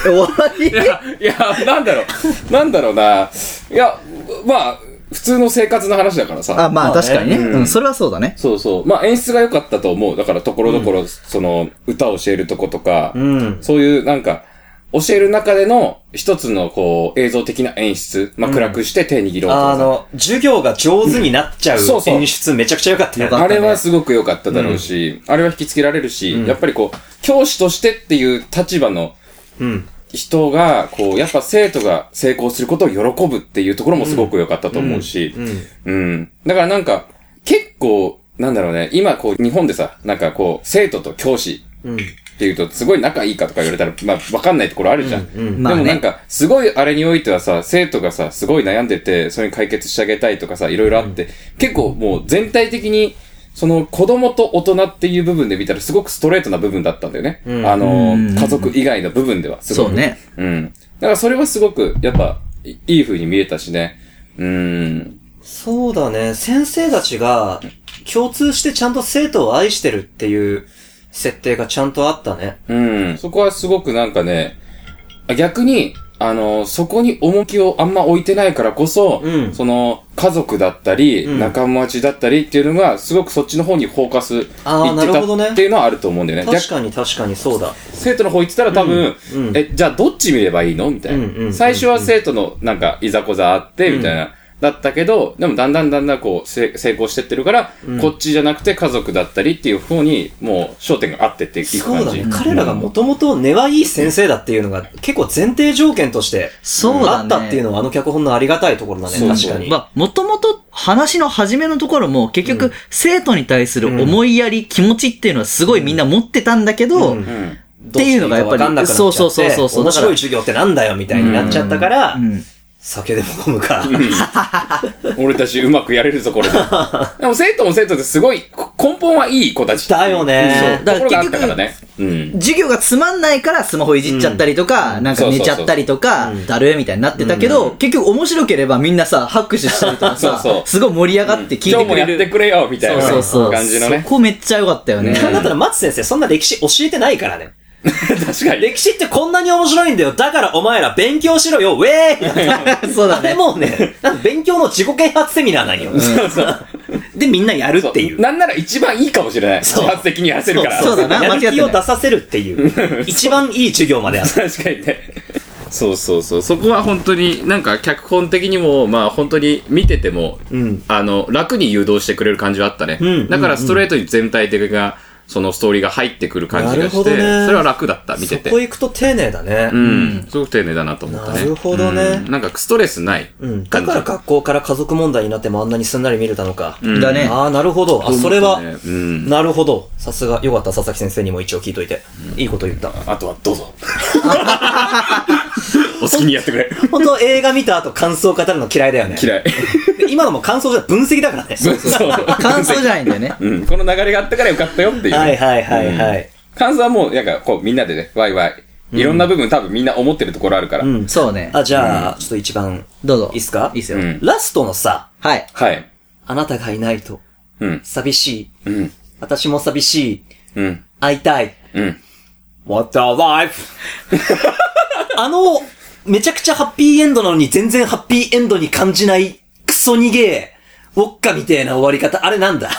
Speaker 2: え終わり
Speaker 3: いや、いや、なんだろう、なんだろうな。いや、まあ、普通の生活の話だから
Speaker 2: あ、
Speaker 3: さ。
Speaker 2: まあ
Speaker 1: まあね
Speaker 2: 確かにね。
Speaker 3: うん
Speaker 2: うん、それはそうだね。
Speaker 3: そうそう。まあ演出が良かったと思う。だからところどころ、その、歌を教えるとことか、
Speaker 1: ん
Speaker 3: そういうなんか、教える中での一つのこう、映像的な演出。まあ暗くして手握ろうとかさ。
Speaker 1: あの、授業が上手になっちゃう
Speaker 3: そうそう
Speaker 1: 演出めちゃくちゃ良かったよ。
Speaker 2: よかった
Speaker 3: あれはすごく良かっただろうし、あれは引きつけられるし、やっぱりこう、教師としてっていう立場の
Speaker 1: うん。
Speaker 3: 人が、こう、やっぱ生徒が成功することを喜ぶっていうところもすごく良かったと思うし、うん。だからなんか、結構、なんだろうね、今こう、日本でさ、なんかこう、生徒と教師
Speaker 1: うん。
Speaker 3: っていうと、すごい仲いいかとか言われたら、まあ、わかんないところあるじゃん。
Speaker 2: まあ
Speaker 3: で
Speaker 2: ね
Speaker 3: もなんか、すごいあれにおいてはさ、生徒がさ、すごい悩んでて、それに解決してあげたいとかさ、いろいろあって、結構もう全体的に、その子供と大人っていう部分で見たらすごくストレートな部分だったんだよね。あの
Speaker 2: うん
Speaker 3: ー、家族以外の部分では。すごく
Speaker 2: そうね。
Speaker 3: うん。だからそれはすごく、やっぱ、いいい風に見えたしね。うーん。
Speaker 1: そうだね。先生たちが共通してちゃんと生徒を愛してるっていう設定がちゃんとあったね。
Speaker 3: うん。そこはすごくなんかね、あ逆に、あの、そこに重きをあんま置いてないからこそ、
Speaker 1: うん
Speaker 3: その、家族だったり、
Speaker 1: うん
Speaker 3: 仲間内だったりっていうのが、すごくそっちの方にフォーカスいって
Speaker 1: あー
Speaker 3: た
Speaker 1: なるほどね
Speaker 3: っていうのはあると思うんだよね。
Speaker 1: 確
Speaker 3: 逆
Speaker 1: かに確かにそうだ。
Speaker 3: 生徒の方行ってたら多分、
Speaker 1: うんうん
Speaker 3: え、じゃあどっち見ればいいのみたいな、
Speaker 1: うんうんうん
Speaker 3: 最初は生徒のなんか、いざこざあって、みたいな。だったけど、でもだんだんだんだんこう、せ成功してってるから、こっちじゃなくて家族だったりっていう方に、もう焦点が合ってっていく
Speaker 1: そ
Speaker 3: 感
Speaker 1: うだ
Speaker 3: じ。
Speaker 1: ね。彼らがもともと根はいい先生だっていうのが結構前提条件として
Speaker 2: そう
Speaker 1: あ
Speaker 2: だね
Speaker 1: ったっていうのはあの脚本のありがたいところだね。
Speaker 3: そう
Speaker 1: 確かに。
Speaker 2: まあ、もともと話の初めのところも結局、生徒に対する思いやり、気持ちっていうのはすごいみんな持ってたんだけ
Speaker 1: う
Speaker 2: ど、
Speaker 1: ん
Speaker 3: うん
Speaker 1: どしていいか分かんなくなっちゃって
Speaker 2: そうそうそうそうそう
Speaker 1: 面白い授業ってなんだよみたいになっちゃったから、
Speaker 2: うん
Speaker 1: 酒でも飲むか。
Speaker 3: 俺たちうまくやれるぞ、こ れで。でも生徒も生徒ですごい、こ根本はいい子たち。
Speaker 1: だよね
Speaker 3: そう。ところがあったから
Speaker 2: だから
Speaker 3: ね。うん。
Speaker 2: 授業がつまんないからスマホいじっちゃったりとか、なんか寝ちゃったりとか、だるえみたいになってたけど、結局面白ければみんなさ、拍手したりとかさ、
Speaker 3: そうそう
Speaker 2: すごい盛り上がって聞い
Speaker 3: 今
Speaker 2: て
Speaker 3: 日も
Speaker 2: く
Speaker 3: や
Speaker 2: れ
Speaker 3: っ
Speaker 2: る。
Speaker 3: てくれよ、みたいな
Speaker 2: そうそうそう。
Speaker 3: 感じのね
Speaker 2: そ。こめっちゃ良かったよね。
Speaker 1: なんだったら松先生そんな歴史教えてないからね。
Speaker 3: 確かに。
Speaker 1: 歴史ってこんなに面白いんだよ。だからお前ら勉強しろよ、ウェーイ
Speaker 2: そうだ
Speaker 1: あれ
Speaker 2: ね。
Speaker 1: もうね、なんか勉強の自己啓発セミナーなんよ。 で、みんなやるっていう。
Speaker 3: なんなら一番いいかもしれない。自
Speaker 1: そう
Speaker 3: 発的にやらせるから。
Speaker 2: そうだな
Speaker 1: やる
Speaker 2: 間違ってない
Speaker 1: 気を出させるっていう。一番いい授業まである。
Speaker 3: 確かにね。そうそうそう。そこは本当に、なんか脚本的にも、まあ本当に見てても、
Speaker 1: うん
Speaker 3: あの、楽に誘導してくれる感じはあったね。
Speaker 1: うん
Speaker 3: だからストレートに全体的な、そのストーリーが入ってくる感じ
Speaker 1: な
Speaker 3: が
Speaker 1: る
Speaker 3: し
Speaker 1: ほ
Speaker 3: て、
Speaker 1: どね
Speaker 3: それは楽だった、見てて。
Speaker 1: そこ行くと丁寧だね。
Speaker 3: うん。すごく丁寧だなと思ったね。
Speaker 1: なるほどね
Speaker 3: うんなんかストレスない感じ。
Speaker 1: うん。だから学校から家族問題になってもあんなにすんなり見れたのか。
Speaker 3: うん
Speaker 2: だね
Speaker 1: ああ、なるほど。あ、それは、
Speaker 3: うん。
Speaker 1: なるほど。さすが、よかった、佐々木先生にも一応聞いといて。いいこと言った。
Speaker 3: あとはどうぞ。 お好きにやってくれ。
Speaker 1: 本当映画見た後感想語るの嫌いだよね。
Speaker 3: 嫌い。
Speaker 1: で今のも感想じゃ分析だからね。
Speaker 3: そう。
Speaker 2: 感想じゃないんだよね。
Speaker 3: うん。この流れがあったからよかったよっていう。
Speaker 1: はいはいはいはい。
Speaker 3: 感想はもう、なんかこうみんなでね、ワイワイ。いろんな部分多分みんな思ってるところあるから。
Speaker 1: うん。
Speaker 2: そうね。
Speaker 1: あ、じゃあ、ちょっと一番、
Speaker 2: どうぞ。
Speaker 1: いいっすか
Speaker 2: いいっすよ。
Speaker 3: うん
Speaker 1: ラストのさ、
Speaker 2: はい。
Speaker 3: はい。
Speaker 1: あなたがいないと、
Speaker 3: うん。
Speaker 1: 寂しい。
Speaker 3: うん。
Speaker 1: 私も寂しい。
Speaker 3: うん。
Speaker 1: 会いたい。
Speaker 3: うん。
Speaker 1: What a life! あの、めちゃくちゃハッピーエンドなのに全然ハッピーエンドに感じない、クソ逃げえ、ウォッカみてえな終わり方、あれなんだ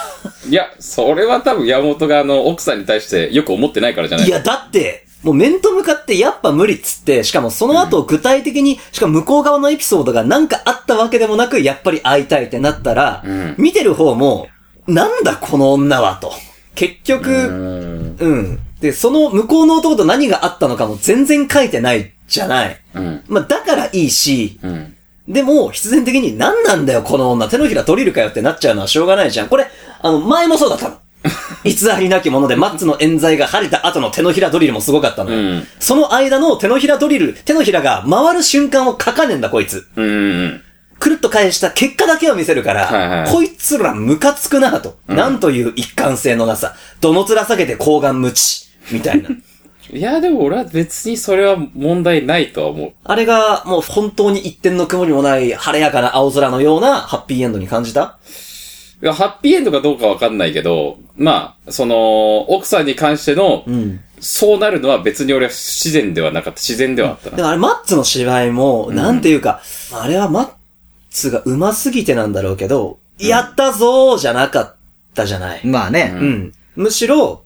Speaker 3: いや、それは多分山本があの、奥さんに対してよく思ってないからじゃない
Speaker 1: いや、だって、もう面と向かってやっぱ無理っつって、しかもその後具体的に、しかも向こう側のエピソードがなんかあったわけでもなく、やっぱり会いたいってなったら、
Speaker 3: ん
Speaker 1: 見てる方も、なんだこの女はと。結局、
Speaker 3: うん。
Speaker 1: うん。で、その向こうの男と何があったのかも全然書いてないじゃない。
Speaker 3: うん。
Speaker 1: まあ、だからいいし、
Speaker 3: うん。
Speaker 1: でも、必然的に何なんだよ、この女。手のひらドリルかよってなっちゃうのはしょうがないじゃん。これ、あの、前もそうだった の。偽りなきもので、マッツの冤罪が晴れた後の手のひらドリルもすごかったのよ。
Speaker 3: うん
Speaker 1: その間の手のひらドリル、手のひらが回る瞬間を書かねえんだ、こいつ。
Speaker 3: うん。うん。
Speaker 1: くるっと返した結果だけを見せるから、
Speaker 3: はいはい
Speaker 1: こいつらムカつくなと。なんという一貫性のなさ。どの面下げて高顔無知。みたい な。
Speaker 3: いや、でも俺は別にそれは問題ないとは思う。
Speaker 1: あれが、もう本当に一点の曇りもない晴れやかな青空のようなハッピーエンドに感じた
Speaker 3: いやハッピーエンドかどうかわかんないけど、まあ、その、奥さんに関しての、
Speaker 1: ん
Speaker 3: そうなるのは別に俺は不自然ではなかった。自然ではあった
Speaker 1: で
Speaker 3: な。
Speaker 1: もあれ、マッツの芝居も、なんていうか、あれはマッツが上手すぎてなんだろうけど、やったぞーじゃなかったじゃない。
Speaker 2: まあね
Speaker 1: う。ん。むしろ、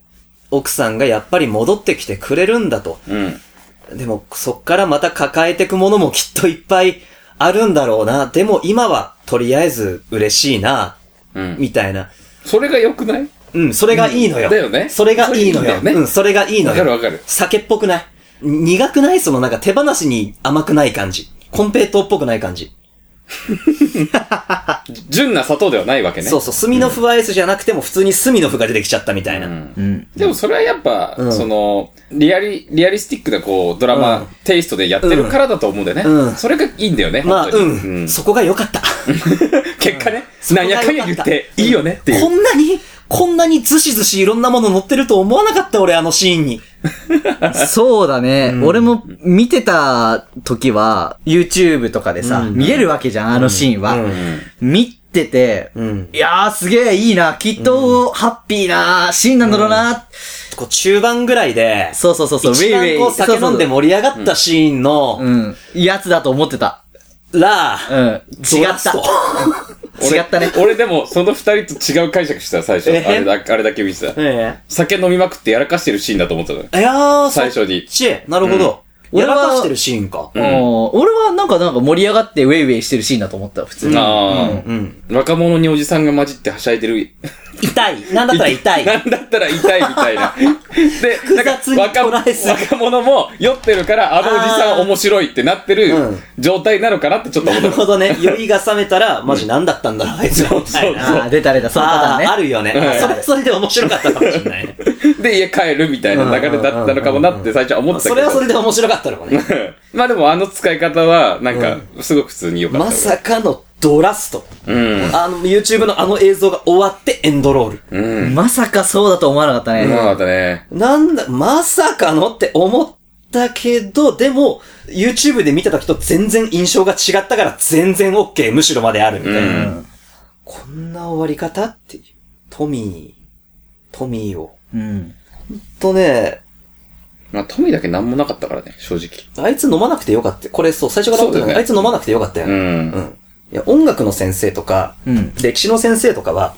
Speaker 1: 奥さんがやっぱり戻ってきてくれるんだと。
Speaker 3: うん。
Speaker 1: でも、そっからまた抱えてくものもきっといっぱいあるんだろうな。でも今は、とりあえず嬉しいな、
Speaker 3: うん。
Speaker 1: みたいな。
Speaker 3: それが良くない
Speaker 1: うん、それがいいのよ。
Speaker 3: うんだよね
Speaker 1: それがいいの
Speaker 3: それいいんだ
Speaker 1: よ。
Speaker 3: よね
Speaker 1: うん、それがいいの
Speaker 3: わかる
Speaker 1: よ。
Speaker 3: わかる。
Speaker 1: 酒っぽくない苦くないそのなんか手放しに甘くない感じ。コンペイトーっぽくない感じ。
Speaker 3: 純な砂糖ではないわけね。
Speaker 1: そうそう、炭の不アイスじゃなくても普通に炭の符が出てきちゃったみたいな。
Speaker 3: うん
Speaker 2: うん。
Speaker 3: でもそれはやっぱ、
Speaker 1: うん
Speaker 3: その、リアリ、リアリスティックなこう、ドラマ、
Speaker 1: うん
Speaker 3: テイストでやってるからだと思うんだよね。
Speaker 1: うん
Speaker 3: それがいいんだよね、
Speaker 1: まあ、
Speaker 3: 本当に
Speaker 1: うん、そこが良かった。
Speaker 3: 結果ね、
Speaker 1: そこ
Speaker 3: な
Speaker 1: が
Speaker 3: ん
Speaker 1: 良か
Speaker 3: や
Speaker 1: った
Speaker 3: かんや言っていいよねっていう。
Speaker 1: こんなに、こんなにずしずしいろんなもの乗ってると思わなかった俺、あのシーンに。
Speaker 2: そうだね。俺も見てた時は、YouTube とかでさ、
Speaker 1: うん
Speaker 2: 見えるわけじゃん、あのシーンは。
Speaker 1: うん
Speaker 2: 見てて、
Speaker 1: うん。
Speaker 2: いやーすげえいいな、きっと、ハッピーなシーンなんだろうな、
Speaker 1: こう中盤ぐらいで、
Speaker 2: そうそうそうそう、
Speaker 1: 一番こう酒飲んで
Speaker 2: も。
Speaker 1: 盛り上がったシーンの、
Speaker 2: うん。やつだと思ってた。
Speaker 1: ら、
Speaker 2: うん。
Speaker 1: ド
Speaker 2: 違っ
Speaker 1: ラス
Speaker 2: た
Speaker 1: ト。
Speaker 2: 違ったね。
Speaker 3: 俺俺でも、その二人と違う解釈した最初。
Speaker 1: え
Speaker 3: あれだあれだけ見てた。
Speaker 1: え
Speaker 3: 酒飲みまくってやらかしてるシーンだと思ってたの。
Speaker 1: え。いやー、
Speaker 3: 最初に
Speaker 1: そっち。なるほど。
Speaker 2: うん
Speaker 1: やら
Speaker 2: 俺
Speaker 1: か
Speaker 2: は
Speaker 1: してるシーンか。
Speaker 2: うん俺はなんかなんか盛り上がってウェイウェイしてるシーンだと思った、普通に。
Speaker 3: ああ、
Speaker 1: うん。
Speaker 3: 若者におじさんが混じってはしゃいでる。
Speaker 1: 痛い。なんだったら痛い。
Speaker 3: なんだったら痛いみた いな。で、なん
Speaker 1: 複雑に
Speaker 3: か
Speaker 1: 捉えすぎ
Speaker 3: 若若者も酔ってるから、あのおじさん面白いってなってる
Speaker 1: うん
Speaker 3: 状態なのかなってちょっと思
Speaker 1: な
Speaker 3: った
Speaker 1: る。ほど ね。酔いが覚めたら、マジ何だったんだろう、あいつらみたいな。
Speaker 2: ああ、出た出た、そのパタ
Speaker 1: あ
Speaker 2: ーン
Speaker 1: あ
Speaker 2: ね。
Speaker 1: ー、あるよね。
Speaker 3: うん
Speaker 1: それはそれで面白かったかもしれない ね。
Speaker 3: で、家帰るみたいな流れだったのかもなって最初は思って
Speaker 1: そ
Speaker 3: たけど。
Speaker 1: れはそれで面白かったのかね。
Speaker 3: まあでもあの使い方は、なんか、すごく普通に良かった。
Speaker 1: まさかのドラスト。
Speaker 3: うん。
Speaker 1: あの、YouTube のあの映像が終わってエンドロール。
Speaker 3: うん。
Speaker 2: まさかそうだと思わなかったね。
Speaker 3: うまかったね。
Speaker 1: なんだ、まさかのって思ったけど、でも、YouTube で見た時と全然印象が違ったから全然 OK、むしろまであるみたいな。
Speaker 3: うん。
Speaker 1: こんな終わり方っていう。トミー、トミーを。
Speaker 2: うん。
Speaker 1: とね、
Speaker 3: まあ、トミーだけなんもなかったからね、正直。
Speaker 1: あいつ飲まなくてよかった。これそう、最初から思った
Speaker 3: そう
Speaker 1: けど、
Speaker 3: だよね
Speaker 1: あいつ飲まなくてよかったよ
Speaker 3: う
Speaker 1: ね。
Speaker 3: ん。
Speaker 1: うん。いや、音楽の先生とか、
Speaker 2: うん
Speaker 1: 歴史の先生とかは、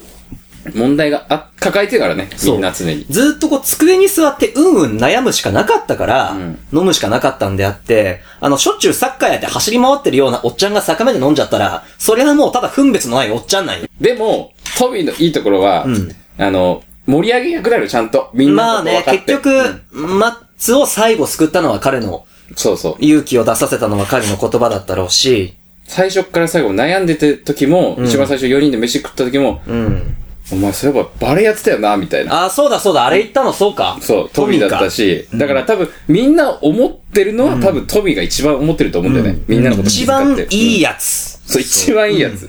Speaker 3: 問題があ抱えてからね、み
Speaker 1: そうん
Speaker 3: な常に。
Speaker 1: ずっとこう机に座ってうんうん悩むしかなかったから、
Speaker 3: うん
Speaker 1: 飲むしかなかったんであって、あの、しょっちゅうサッカーやって走り回ってるようなおっちゃんが酒目で飲んじゃったら、それはもうただ分別のないおっちゃんなんよ。
Speaker 3: でも、トミーのいいところは、
Speaker 1: ん
Speaker 3: あの、盛り上げ役だよ、ちゃんと。みん
Speaker 1: ま
Speaker 3: な
Speaker 1: あ
Speaker 3: のこ
Speaker 1: ね、
Speaker 3: と分かっ
Speaker 1: 結
Speaker 3: て。
Speaker 1: 局、マッツを最後救ったのは彼の
Speaker 3: そうそう。
Speaker 1: 勇気を出させたのは彼の言葉だったろうし、
Speaker 3: 最初から最後悩んでた時も、
Speaker 1: ん
Speaker 3: 一番最初4人で飯食った時も、
Speaker 1: うん。
Speaker 3: お前そういえばバレーやってたよな、みたいな。
Speaker 1: ああ、そうだそうだ、あれ言ったのそうか。
Speaker 3: そう、トミーだった
Speaker 1: トミーか。
Speaker 3: し、だから多分、みんな思ってるのは、多分トミーが一番思ってると思うんだよね。みんなのこと気
Speaker 1: 一
Speaker 3: 遣
Speaker 1: 番
Speaker 3: って。
Speaker 1: いい
Speaker 3: や
Speaker 1: やつ。
Speaker 3: つ。そう、一番いいやつ。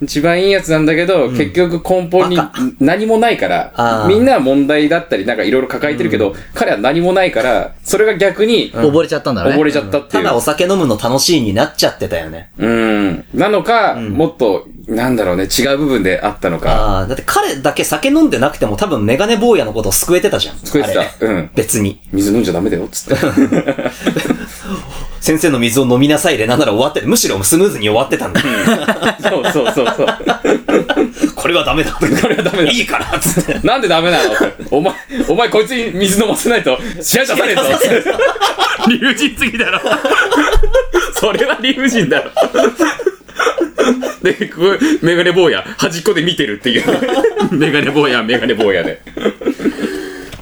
Speaker 3: 一番いいやつなんだけど、結局根本に
Speaker 1: バカ
Speaker 3: 何もないか
Speaker 1: あ
Speaker 3: ら
Speaker 1: ー、
Speaker 3: みんなは問題だったり、なんかいろいろ抱えてるけど、彼は何もないから、それが逆に、
Speaker 2: 溺れちゃったんだろうね。
Speaker 3: 溺れちゃったってい
Speaker 1: た
Speaker 3: う。
Speaker 1: だお酒飲むの楽しいになっちゃってたよね。
Speaker 3: うん。なのか、もっと、なんだろうね、違う部分であったのか。
Speaker 1: ああ、だって彼だけ酒飲んでなくても多分メガネ坊やのことを救えてたじゃん。
Speaker 3: 救えて
Speaker 1: あれ
Speaker 3: た。うん。
Speaker 1: 別に。
Speaker 3: 水飲んじゃダメだよ、つって。
Speaker 1: 先生の水を飲みなさいでなんなら終わって、むしろスムーズに終わってたんだ。
Speaker 3: そうそうそうそう。
Speaker 1: これはダメだ。これは
Speaker 3: ダメだ
Speaker 1: いいから、つって。
Speaker 3: なんでダメなのお前、お前こいつに水飲ませないと、試合出さねえぞ。理不尽すぎだろ。それは理不尽だろ。で、ここメガネ坊や、端っこで見てるっていう。メガネ坊や、メガネ坊やで。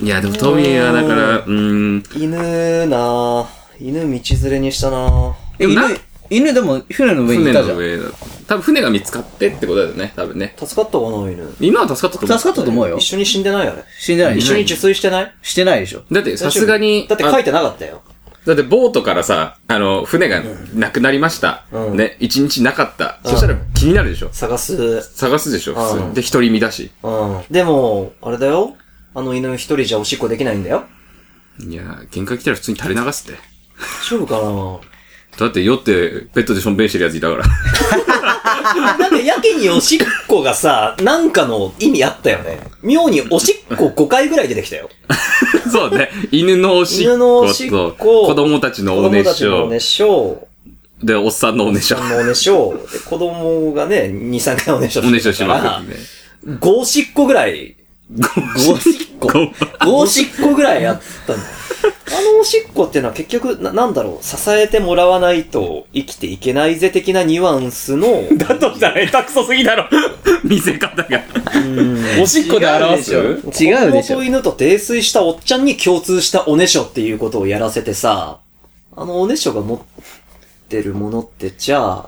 Speaker 3: いや、でもトミーはだから、うーん。
Speaker 1: 犬なぁ。犬道連れにしたなぁ。
Speaker 3: でもな
Speaker 2: 犬、犬でも船の上にい
Speaker 3: 船
Speaker 2: たじゃ
Speaker 3: の
Speaker 2: ん。
Speaker 3: 上だ。多分船が見つかってってことだよね、多分ね。
Speaker 1: 助かったかな、犬。
Speaker 3: 今は助かったと思う。
Speaker 2: 助かったと思うよ
Speaker 1: 一。緒に死んでないあれ。
Speaker 2: 死んでないで
Speaker 1: 一
Speaker 2: し
Speaker 1: 緒
Speaker 2: ょ
Speaker 1: に自炊してない
Speaker 2: してないでしょ。
Speaker 3: だってさすがに、
Speaker 1: だって書いてなかったよ。
Speaker 3: だってボートからさ、あの、船がなくなりました。
Speaker 1: うん
Speaker 3: ね、一日なかった。
Speaker 1: ん
Speaker 3: そしたら気になるでしょ
Speaker 1: 探す。
Speaker 3: 探すでしょ普通
Speaker 1: うん
Speaker 3: に。で、一人身だし。
Speaker 1: うん。でも、あれだよ。あの犬一人じゃおしっこできないんだよ。
Speaker 3: いやー、限界来たら普通に垂れ流すって。
Speaker 1: 大丈夫かな
Speaker 3: だって酔って、ベッドでしょんべんしてるやついたから。
Speaker 1: なんかやけにおしっこがさ、なんかの意味あったよね。妙におしっこ5回ぐらい出てきたよ。
Speaker 3: そうね。犬のおしっ
Speaker 1: 犬のお
Speaker 3: こ、
Speaker 1: しっこと
Speaker 3: 子供たちの
Speaker 1: 子
Speaker 3: お
Speaker 1: 供
Speaker 3: ね
Speaker 1: たち
Speaker 3: し
Speaker 1: のお
Speaker 3: ょ
Speaker 1: ね。しょ、
Speaker 3: で、おっさんのおねしょ。
Speaker 1: あのおねしょ、で子供がね、2、3回おねしょ
Speaker 3: おねしょ
Speaker 1: る
Speaker 3: し
Speaker 1: か
Speaker 3: ま
Speaker 1: ら
Speaker 3: くってね。
Speaker 1: 5おしっこぐらい、5おしっこ、5おしっこぐらいあったの。あのおしっこっていうのは結局、な、なんだろう、支えてもらわないと生きていけないぜ的なニュアンスの、
Speaker 3: だとしたら下手くそすぎだろ。 見せ方が。おしっこで表す
Speaker 2: 違うでしょ違うでしょ
Speaker 1: 子供と犬と泥酔したおっちゃんに共通したおねしょっていうことをやらせてさ、あのおねしょが持ってるものってじゃあ、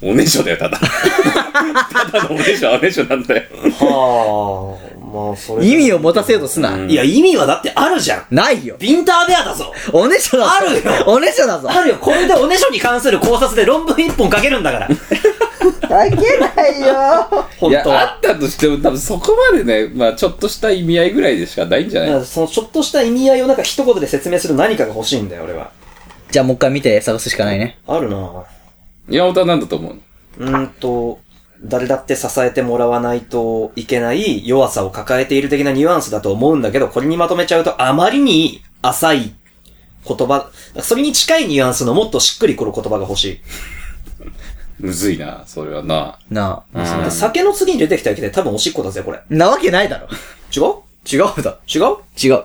Speaker 3: おねしょだよ、 ただ。ただのおねしょ、おねしょなんだよ。
Speaker 1: はあ、まあそれ。
Speaker 2: 意味を持たせようとすな。
Speaker 3: ん
Speaker 1: いや、意味はだってあるじゃん。
Speaker 2: ないよ。
Speaker 1: ビンターベアだぞ。
Speaker 2: おねしょだぞ。
Speaker 1: あるよ
Speaker 2: おねしょだぞ。
Speaker 1: あるよ、これでおねしょに関する考察で論文一本書けるんだから。
Speaker 2: あけないよ。
Speaker 1: 本当
Speaker 3: いや、あ
Speaker 1: は
Speaker 3: っ。たとしても多分そこまでね、まあちょっとした意味合いぐらいでしかないんじゃ
Speaker 1: だ
Speaker 3: な
Speaker 1: か
Speaker 3: い
Speaker 1: らそのちょっとした意味合いをなんか一言で説明する何かが欲しいんだよ、俺は。
Speaker 2: じゃあもう一回見て探すしかないね。
Speaker 1: あるなぁ。
Speaker 3: 山本は何だと思う
Speaker 1: うーんと、誰だって支えてもらわないといけない弱さを抱えている的なニュアンスだと思うんだけど、これにまとめちゃうとあまりに浅い言葉、それに近いニュアンスのもっとしっくりくる言葉が欲しい。
Speaker 3: むずいな、それはな。
Speaker 2: なあ。
Speaker 3: うん
Speaker 1: 酒の次に出てきたやけで多分おしっこだぜ、これ。
Speaker 2: なわけないだろ。
Speaker 1: 違う
Speaker 2: 違うだ。
Speaker 1: 違う
Speaker 2: 違う。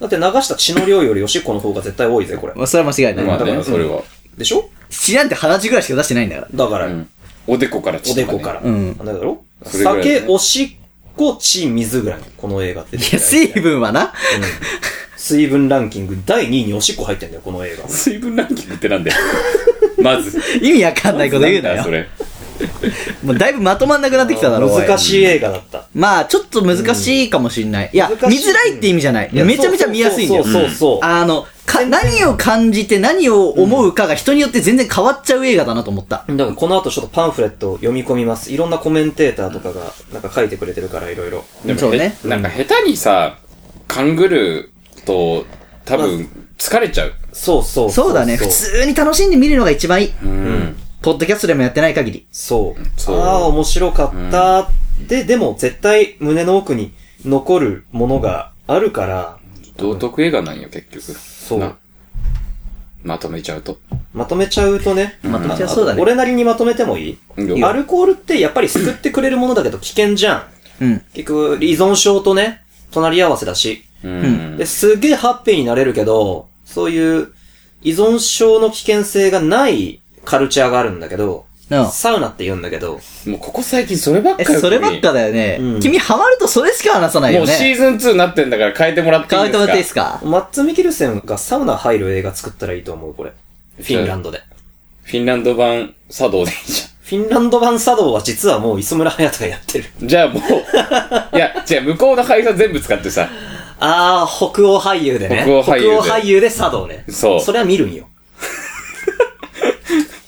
Speaker 1: だって流した血の量よりおしっこの方が絶対多いぜ、これ。
Speaker 2: まあ、それは間違いない。
Speaker 3: まあね、それは。
Speaker 1: でしょ
Speaker 2: 血なんて鼻血ぐらいしか出してないんだから。
Speaker 1: だから、
Speaker 3: うんおでこからち
Speaker 1: お
Speaker 3: ょっ
Speaker 1: で
Speaker 3: とね
Speaker 1: こから。
Speaker 2: うん
Speaker 1: なんだろ
Speaker 3: それぐらいだね
Speaker 1: 酒、おしっこ、血、水ぐらい。この映画って。
Speaker 2: いや、水分はな。
Speaker 1: 水分ランキング第2位におしっこ入ってんだよ、この映画。
Speaker 3: 水分ランキングってな んだよ。まず。
Speaker 2: 意味わかんないこと言うな
Speaker 3: なんだそ
Speaker 2: よ。
Speaker 3: れ。
Speaker 2: もうだいぶまとまんなくなってきただろ。おい
Speaker 1: 難しい映画だった。
Speaker 2: まあ、ちょっと難しいかもしんない。いや、見
Speaker 1: 難しい
Speaker 2: づらいって意味じゃない。
Speaker 1: いや
Speaker 2: めちゃめちゃ見やすいんだよ。
Speaker 1: そうそうそうそう
Speaker 2: あの、か、何を感じて何を思うかが人によって全然変わっちゃう映画だなと思った。
Speaker 1: だからこの後ちょっとパンフレットを読み込みます。いろんなコメンテーターとかがなんか書いてくれてるからいろいろ。
Speaker 3: でも
Speaker 2: そうね
Speaker 3: へなんか下手にさ、カングルーと多分疲れちゃう。
Speaker 1: そうそう
Speaker 2: そうだね。普通に楽しんで見るのが一番いい。
Speaker 3: うん。
Speaker 2: ポッドキャストでもやってない限り。
Speaker 1: そう。
Speaker 3: そう
Speaker 1: ああ、面白かった、で、でも絶対胸の奥に残るものがあるから、。
Speaker 3: 道徳映画なんよ、結局。そうまとめちゃうと。
Speaker 1: まとめちゃうとね。
Speaker 2: まとめちゃうそうだね
Speaker 1: 俺なりにまとめてもいい
Speaker 3: いいよ
Speaker 1: アルコールってやっぱり救ってくれるものだけど危険じゃん。
Speaker 2: うん。
Speaker 1: 結局、依存症とね、隣り合わせだし。
Speaker 3: うん
Speaker 1: で、。すげえハッピーになれるけど、そういう依存症の危険性がないカルチャーがあるんだけど、
Speaker 2: うん
Speaker 1: サウナって言うんだけど、
Speaker 3: もうここ最近そればっか
Speaker 2: え、
Speaker 3: よ
Speaker 2: そればっかだよ
Speaker 1: う
Speaker 2: ね
Speaker 1: ん。
Speaker 2: 君ハマるとそれしか話さない
Speaker 3: も
Speaker 2: よ
Speaker 3: うシ
Speaker 2: ね。
Speaker 3: ーズン2になってんだから変えてもらっていい
Speaker 2: 変え
Speaker 3: です
Speaker 2: てもら
Speaker 3: か
Speaker 2: っていいですか
Speaker 1: マッツ・ミキルセンがサウナ入る映画作ったらいいと思う、これ。フィンランドで。
Speaker 3: フィンランド版茶道でいいじ
Speaker 1: フィンランド版茶道は実はもう磯村隼人がやってる。
Speaker 3: ゃん。じゃあもう、いや、じゃあ向こうの俳優さん全部使ってさ、
Speaker 1: あー、北欧俳優でね。
Speaker 3: 北欧俳優で
Speaker 1: 北欧俳優で茶道ね。
Speaker 3: そう
Speaker 1: それは見るんよ。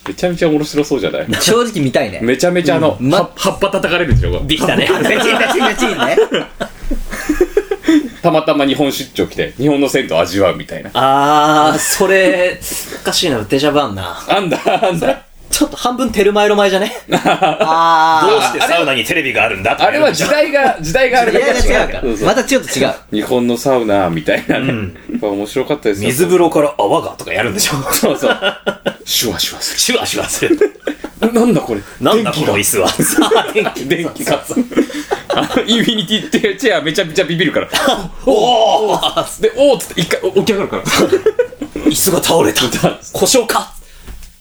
Speaker 3: めちゃめちゃ面白そうじゃない
Speaker 2: 正直見たいね。
Speaker 3: めちゃめちゃあの、
Speaker 2: うんま
Speaker 3: は葉っぱ叩かれるでしょこれ
Speaker 1: できたね。
Speaker 2: ガチ ンガチンガチンね。
Speaker 3: たまたま日本出張来て、日本の銭湯味わうみたいな。
Speaker 1: あー、それ、おかしいな、デジャブあんな。
Speaker 3: あんだ、あんだ。
Speaker 1: ちょっと半分テルマエロ前じゃね
Speaker 2: あ
Speaker 1: どうしてサウナにテレビがあるんだって
Speaker 3: あれは時代が、時代があ
Speaker 2: ー。
Speaker 3: る
Speaker 2: いや、違うか
Speaker 3: か。
Speaker 2: ら
Speaker 3: そう
Speaker 2: ら。
Speaker 3: そう
Speaker 2: またちょっと違う。
Speaker 3: 日本のサウナみたいなね。やっぱ面白かったですよ。
Speaker 1: 水風呂から泡がとかやるんでしょ
Speaker 3: そうそう。シュワシュワす
Speaker 1: シュワシュワする。
Speaker 3: る。なんだこれ。
Speaker 1: なんだこの椅子は。さあ、電気。
Speaker 3: 電気が。あのインフィニティってチェアめちゃめちゃビビるから。
Speaker 1: おお
Speaker 3: で、 おーっつって一回お起き上がるから。
Speaker 1: 椅子が倒れ た。故障か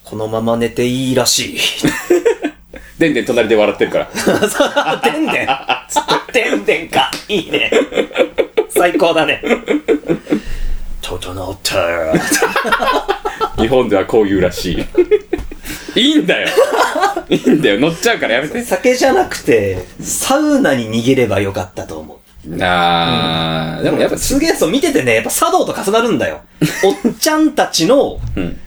Speaker 1: このまま寝ていいらしい。
Speaker 3: でんでん隣で笑ってるから。
Speaker 1: あ、でんでん。でんでんか。いいね。最高だね。整った。
Speaker 3: 日本ではこういうらしい。いいんだよ。いいんだよ。乗っちゃうからやめて。
Speaker 1: 酒じゃなくて、サウナに逃げればよかったと思う。
Speaker 3: なあ、でもやっぱ、
Speaker 1: すげえそう見ててね、やっぱ茶道と重なるんだ よ。おっちゃんたちの、
Speaker 3: うん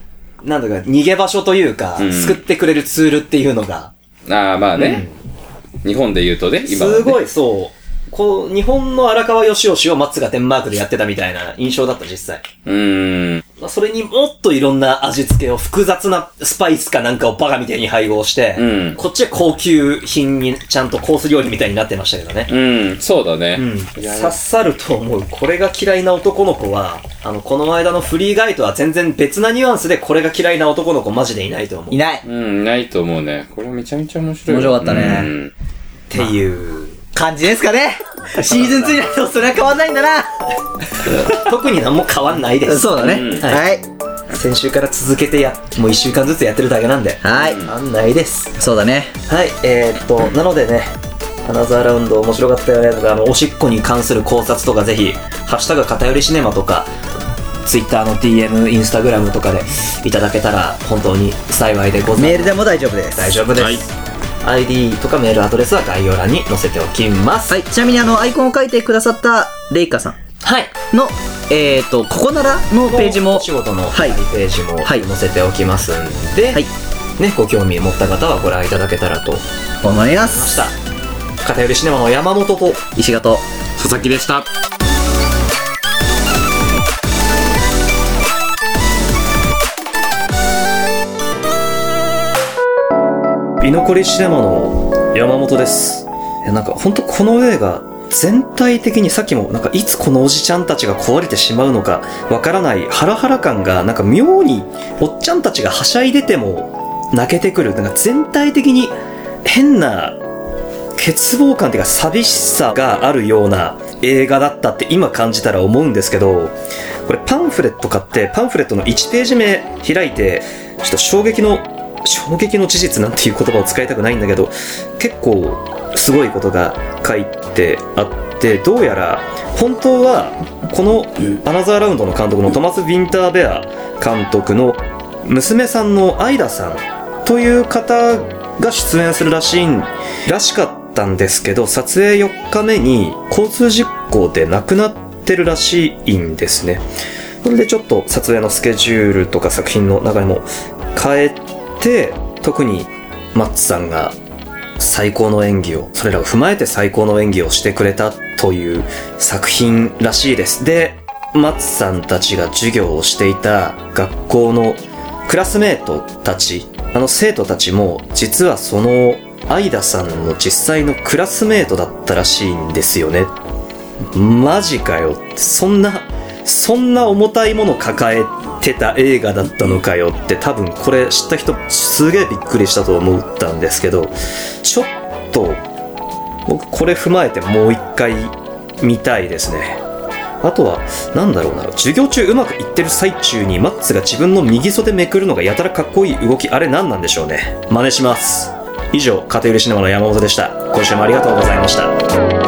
Speaker 1: なんだか逃げ場所というか、
Speaker 3: ん
Speaker 1: 救ってくれるツールっていうのが、
Speaker 3: ああ、まあね。日本で言うとね、今はね。
Speaker 1: すごいそう、こう、日本の荒川義しを松がデンマークでやってたみたいな印象だった実際。
Speaker 3: うーん。
Speaker 1: まあそれにもっといろんな味付けを複雑なスパイスかなんかをバカみたいに配合して、
Speaker 3: うん
Speaker 1: こっちは高級品にちゃんとコース料理みたいになってましたけどね。
Speaker 3: うん、そうだね。いや
Speaker 1: 刺さると思う。これが嫌いな男の子は、あの、この間のフリーガイとは全然別なニュアンスでこれが嫌いな男の子マジでいないと思う。
Speaker 2: い
Speaker 1: っ
Speaker 2: ない。
Speaker 3: うん、ないと思うね。これめちゃめちゃ面白い。
Speaker 2: 面白かったね
Speaker 3: うん
Speaker 1: ていう。
Speaker 2: 感じですか ね。シーズン2になってもそれは変わんないんだな。
Speaker 1: 特に何も変わんないです。
Speaker 2: そうだね。
Speaker 1: はい
Speaker 2: はい。
Speaker 1: 先週から続けてや、もう一週間ずつやってるだけなんで。
Speaker 2: はい
Speaker 1: 変わんないです。
Speaker 2: そうだね。
Speaker 1: はい、えー、っと、なのでね、アナザーラウンド面白かったよねとか、あの、おしっこに関する考察とかぜひ、ハッシュタグ偏りシネマとか、ツイッターの DM、インスタグラムとかでいただけたら本当に幸いでございます。
Speaker 2: メールでも大丈夫です。
Speaker 1: 大丈夫です、
Speaker 3: はい
Speaker 1: ID とかメールアドレスは概要欄に載せておきます
Speaker 2: はい。ちなみにあの、アイコンを書いてくださったレイカさ
Speaker 1: はい
Speaker 2: んの、えっと、ここならのページも
Speaker 1: お、仕事の
Speaker 2: はい
Speaker 1: ページも
Speaker 2: は
Speaker 1: 載
Speaker 2: い
Speaker 1: せておきますんで、
Speaker 2: はい
Speaker 1: ね、ご興味持った方はご覧いただけたらと思い
Speaker 2: 思いま。
Speaker 1: ますした偏りシネマの山本と
Speaker 2: 石形。
Speaker 3: 佐々木でした。
Speaker 1: 居残りシネマの山本ですいやなんか本当この映画全体的にさっきもなんかいつこのおじちゃんたちが壊れてしまうのかわからないハラハラ感がなんか妙におっちゃんたちがはしゃいでても泣けてくるなんか全体的に変な欠乏感っていうか寂しさがあるような映画だったって今感じたら思うんですけどこれパンフレット買ってパンフレットの1ページ目開いてちょっと衝撃の衝撃の事実なんていう言葉を使いたくないんだけど結構すごいことが書いてあってどうやら本当はこのアナザーラウンドの監督のトマス・ヴィンターベア監督の娘さんのアイダさんという方が出演するらしいんらしかったんですけど撮影4日目に交通事故で亡くなってるらしいんですねそれでちょっと撮影のスケジュールとか作品の中にも変えて特にマッツさんが最高の演技をそれらを踏まえて最高の演技をしてくれたという作品らしいですでマッツさんたちが授業をしていた学校のクラスメートたちあの生徒たちも実はそのアイダさんの実際のクラスメートだったらしいんですよねマジかよそんなそんな重たいもの抱えてた映画だったのかよって多分これ知った人すげえびっくりしたと思ったんですけどちょっと僕これ踏まえてもう一回見たいですねあとはなんだろうな授業中うまくいってる最中にマッツが自分の右袖めくるのがやたらかっこいい動きあれ何なんでしょうね真似します以上片寄りシネマの山本でした今週もありがとうございました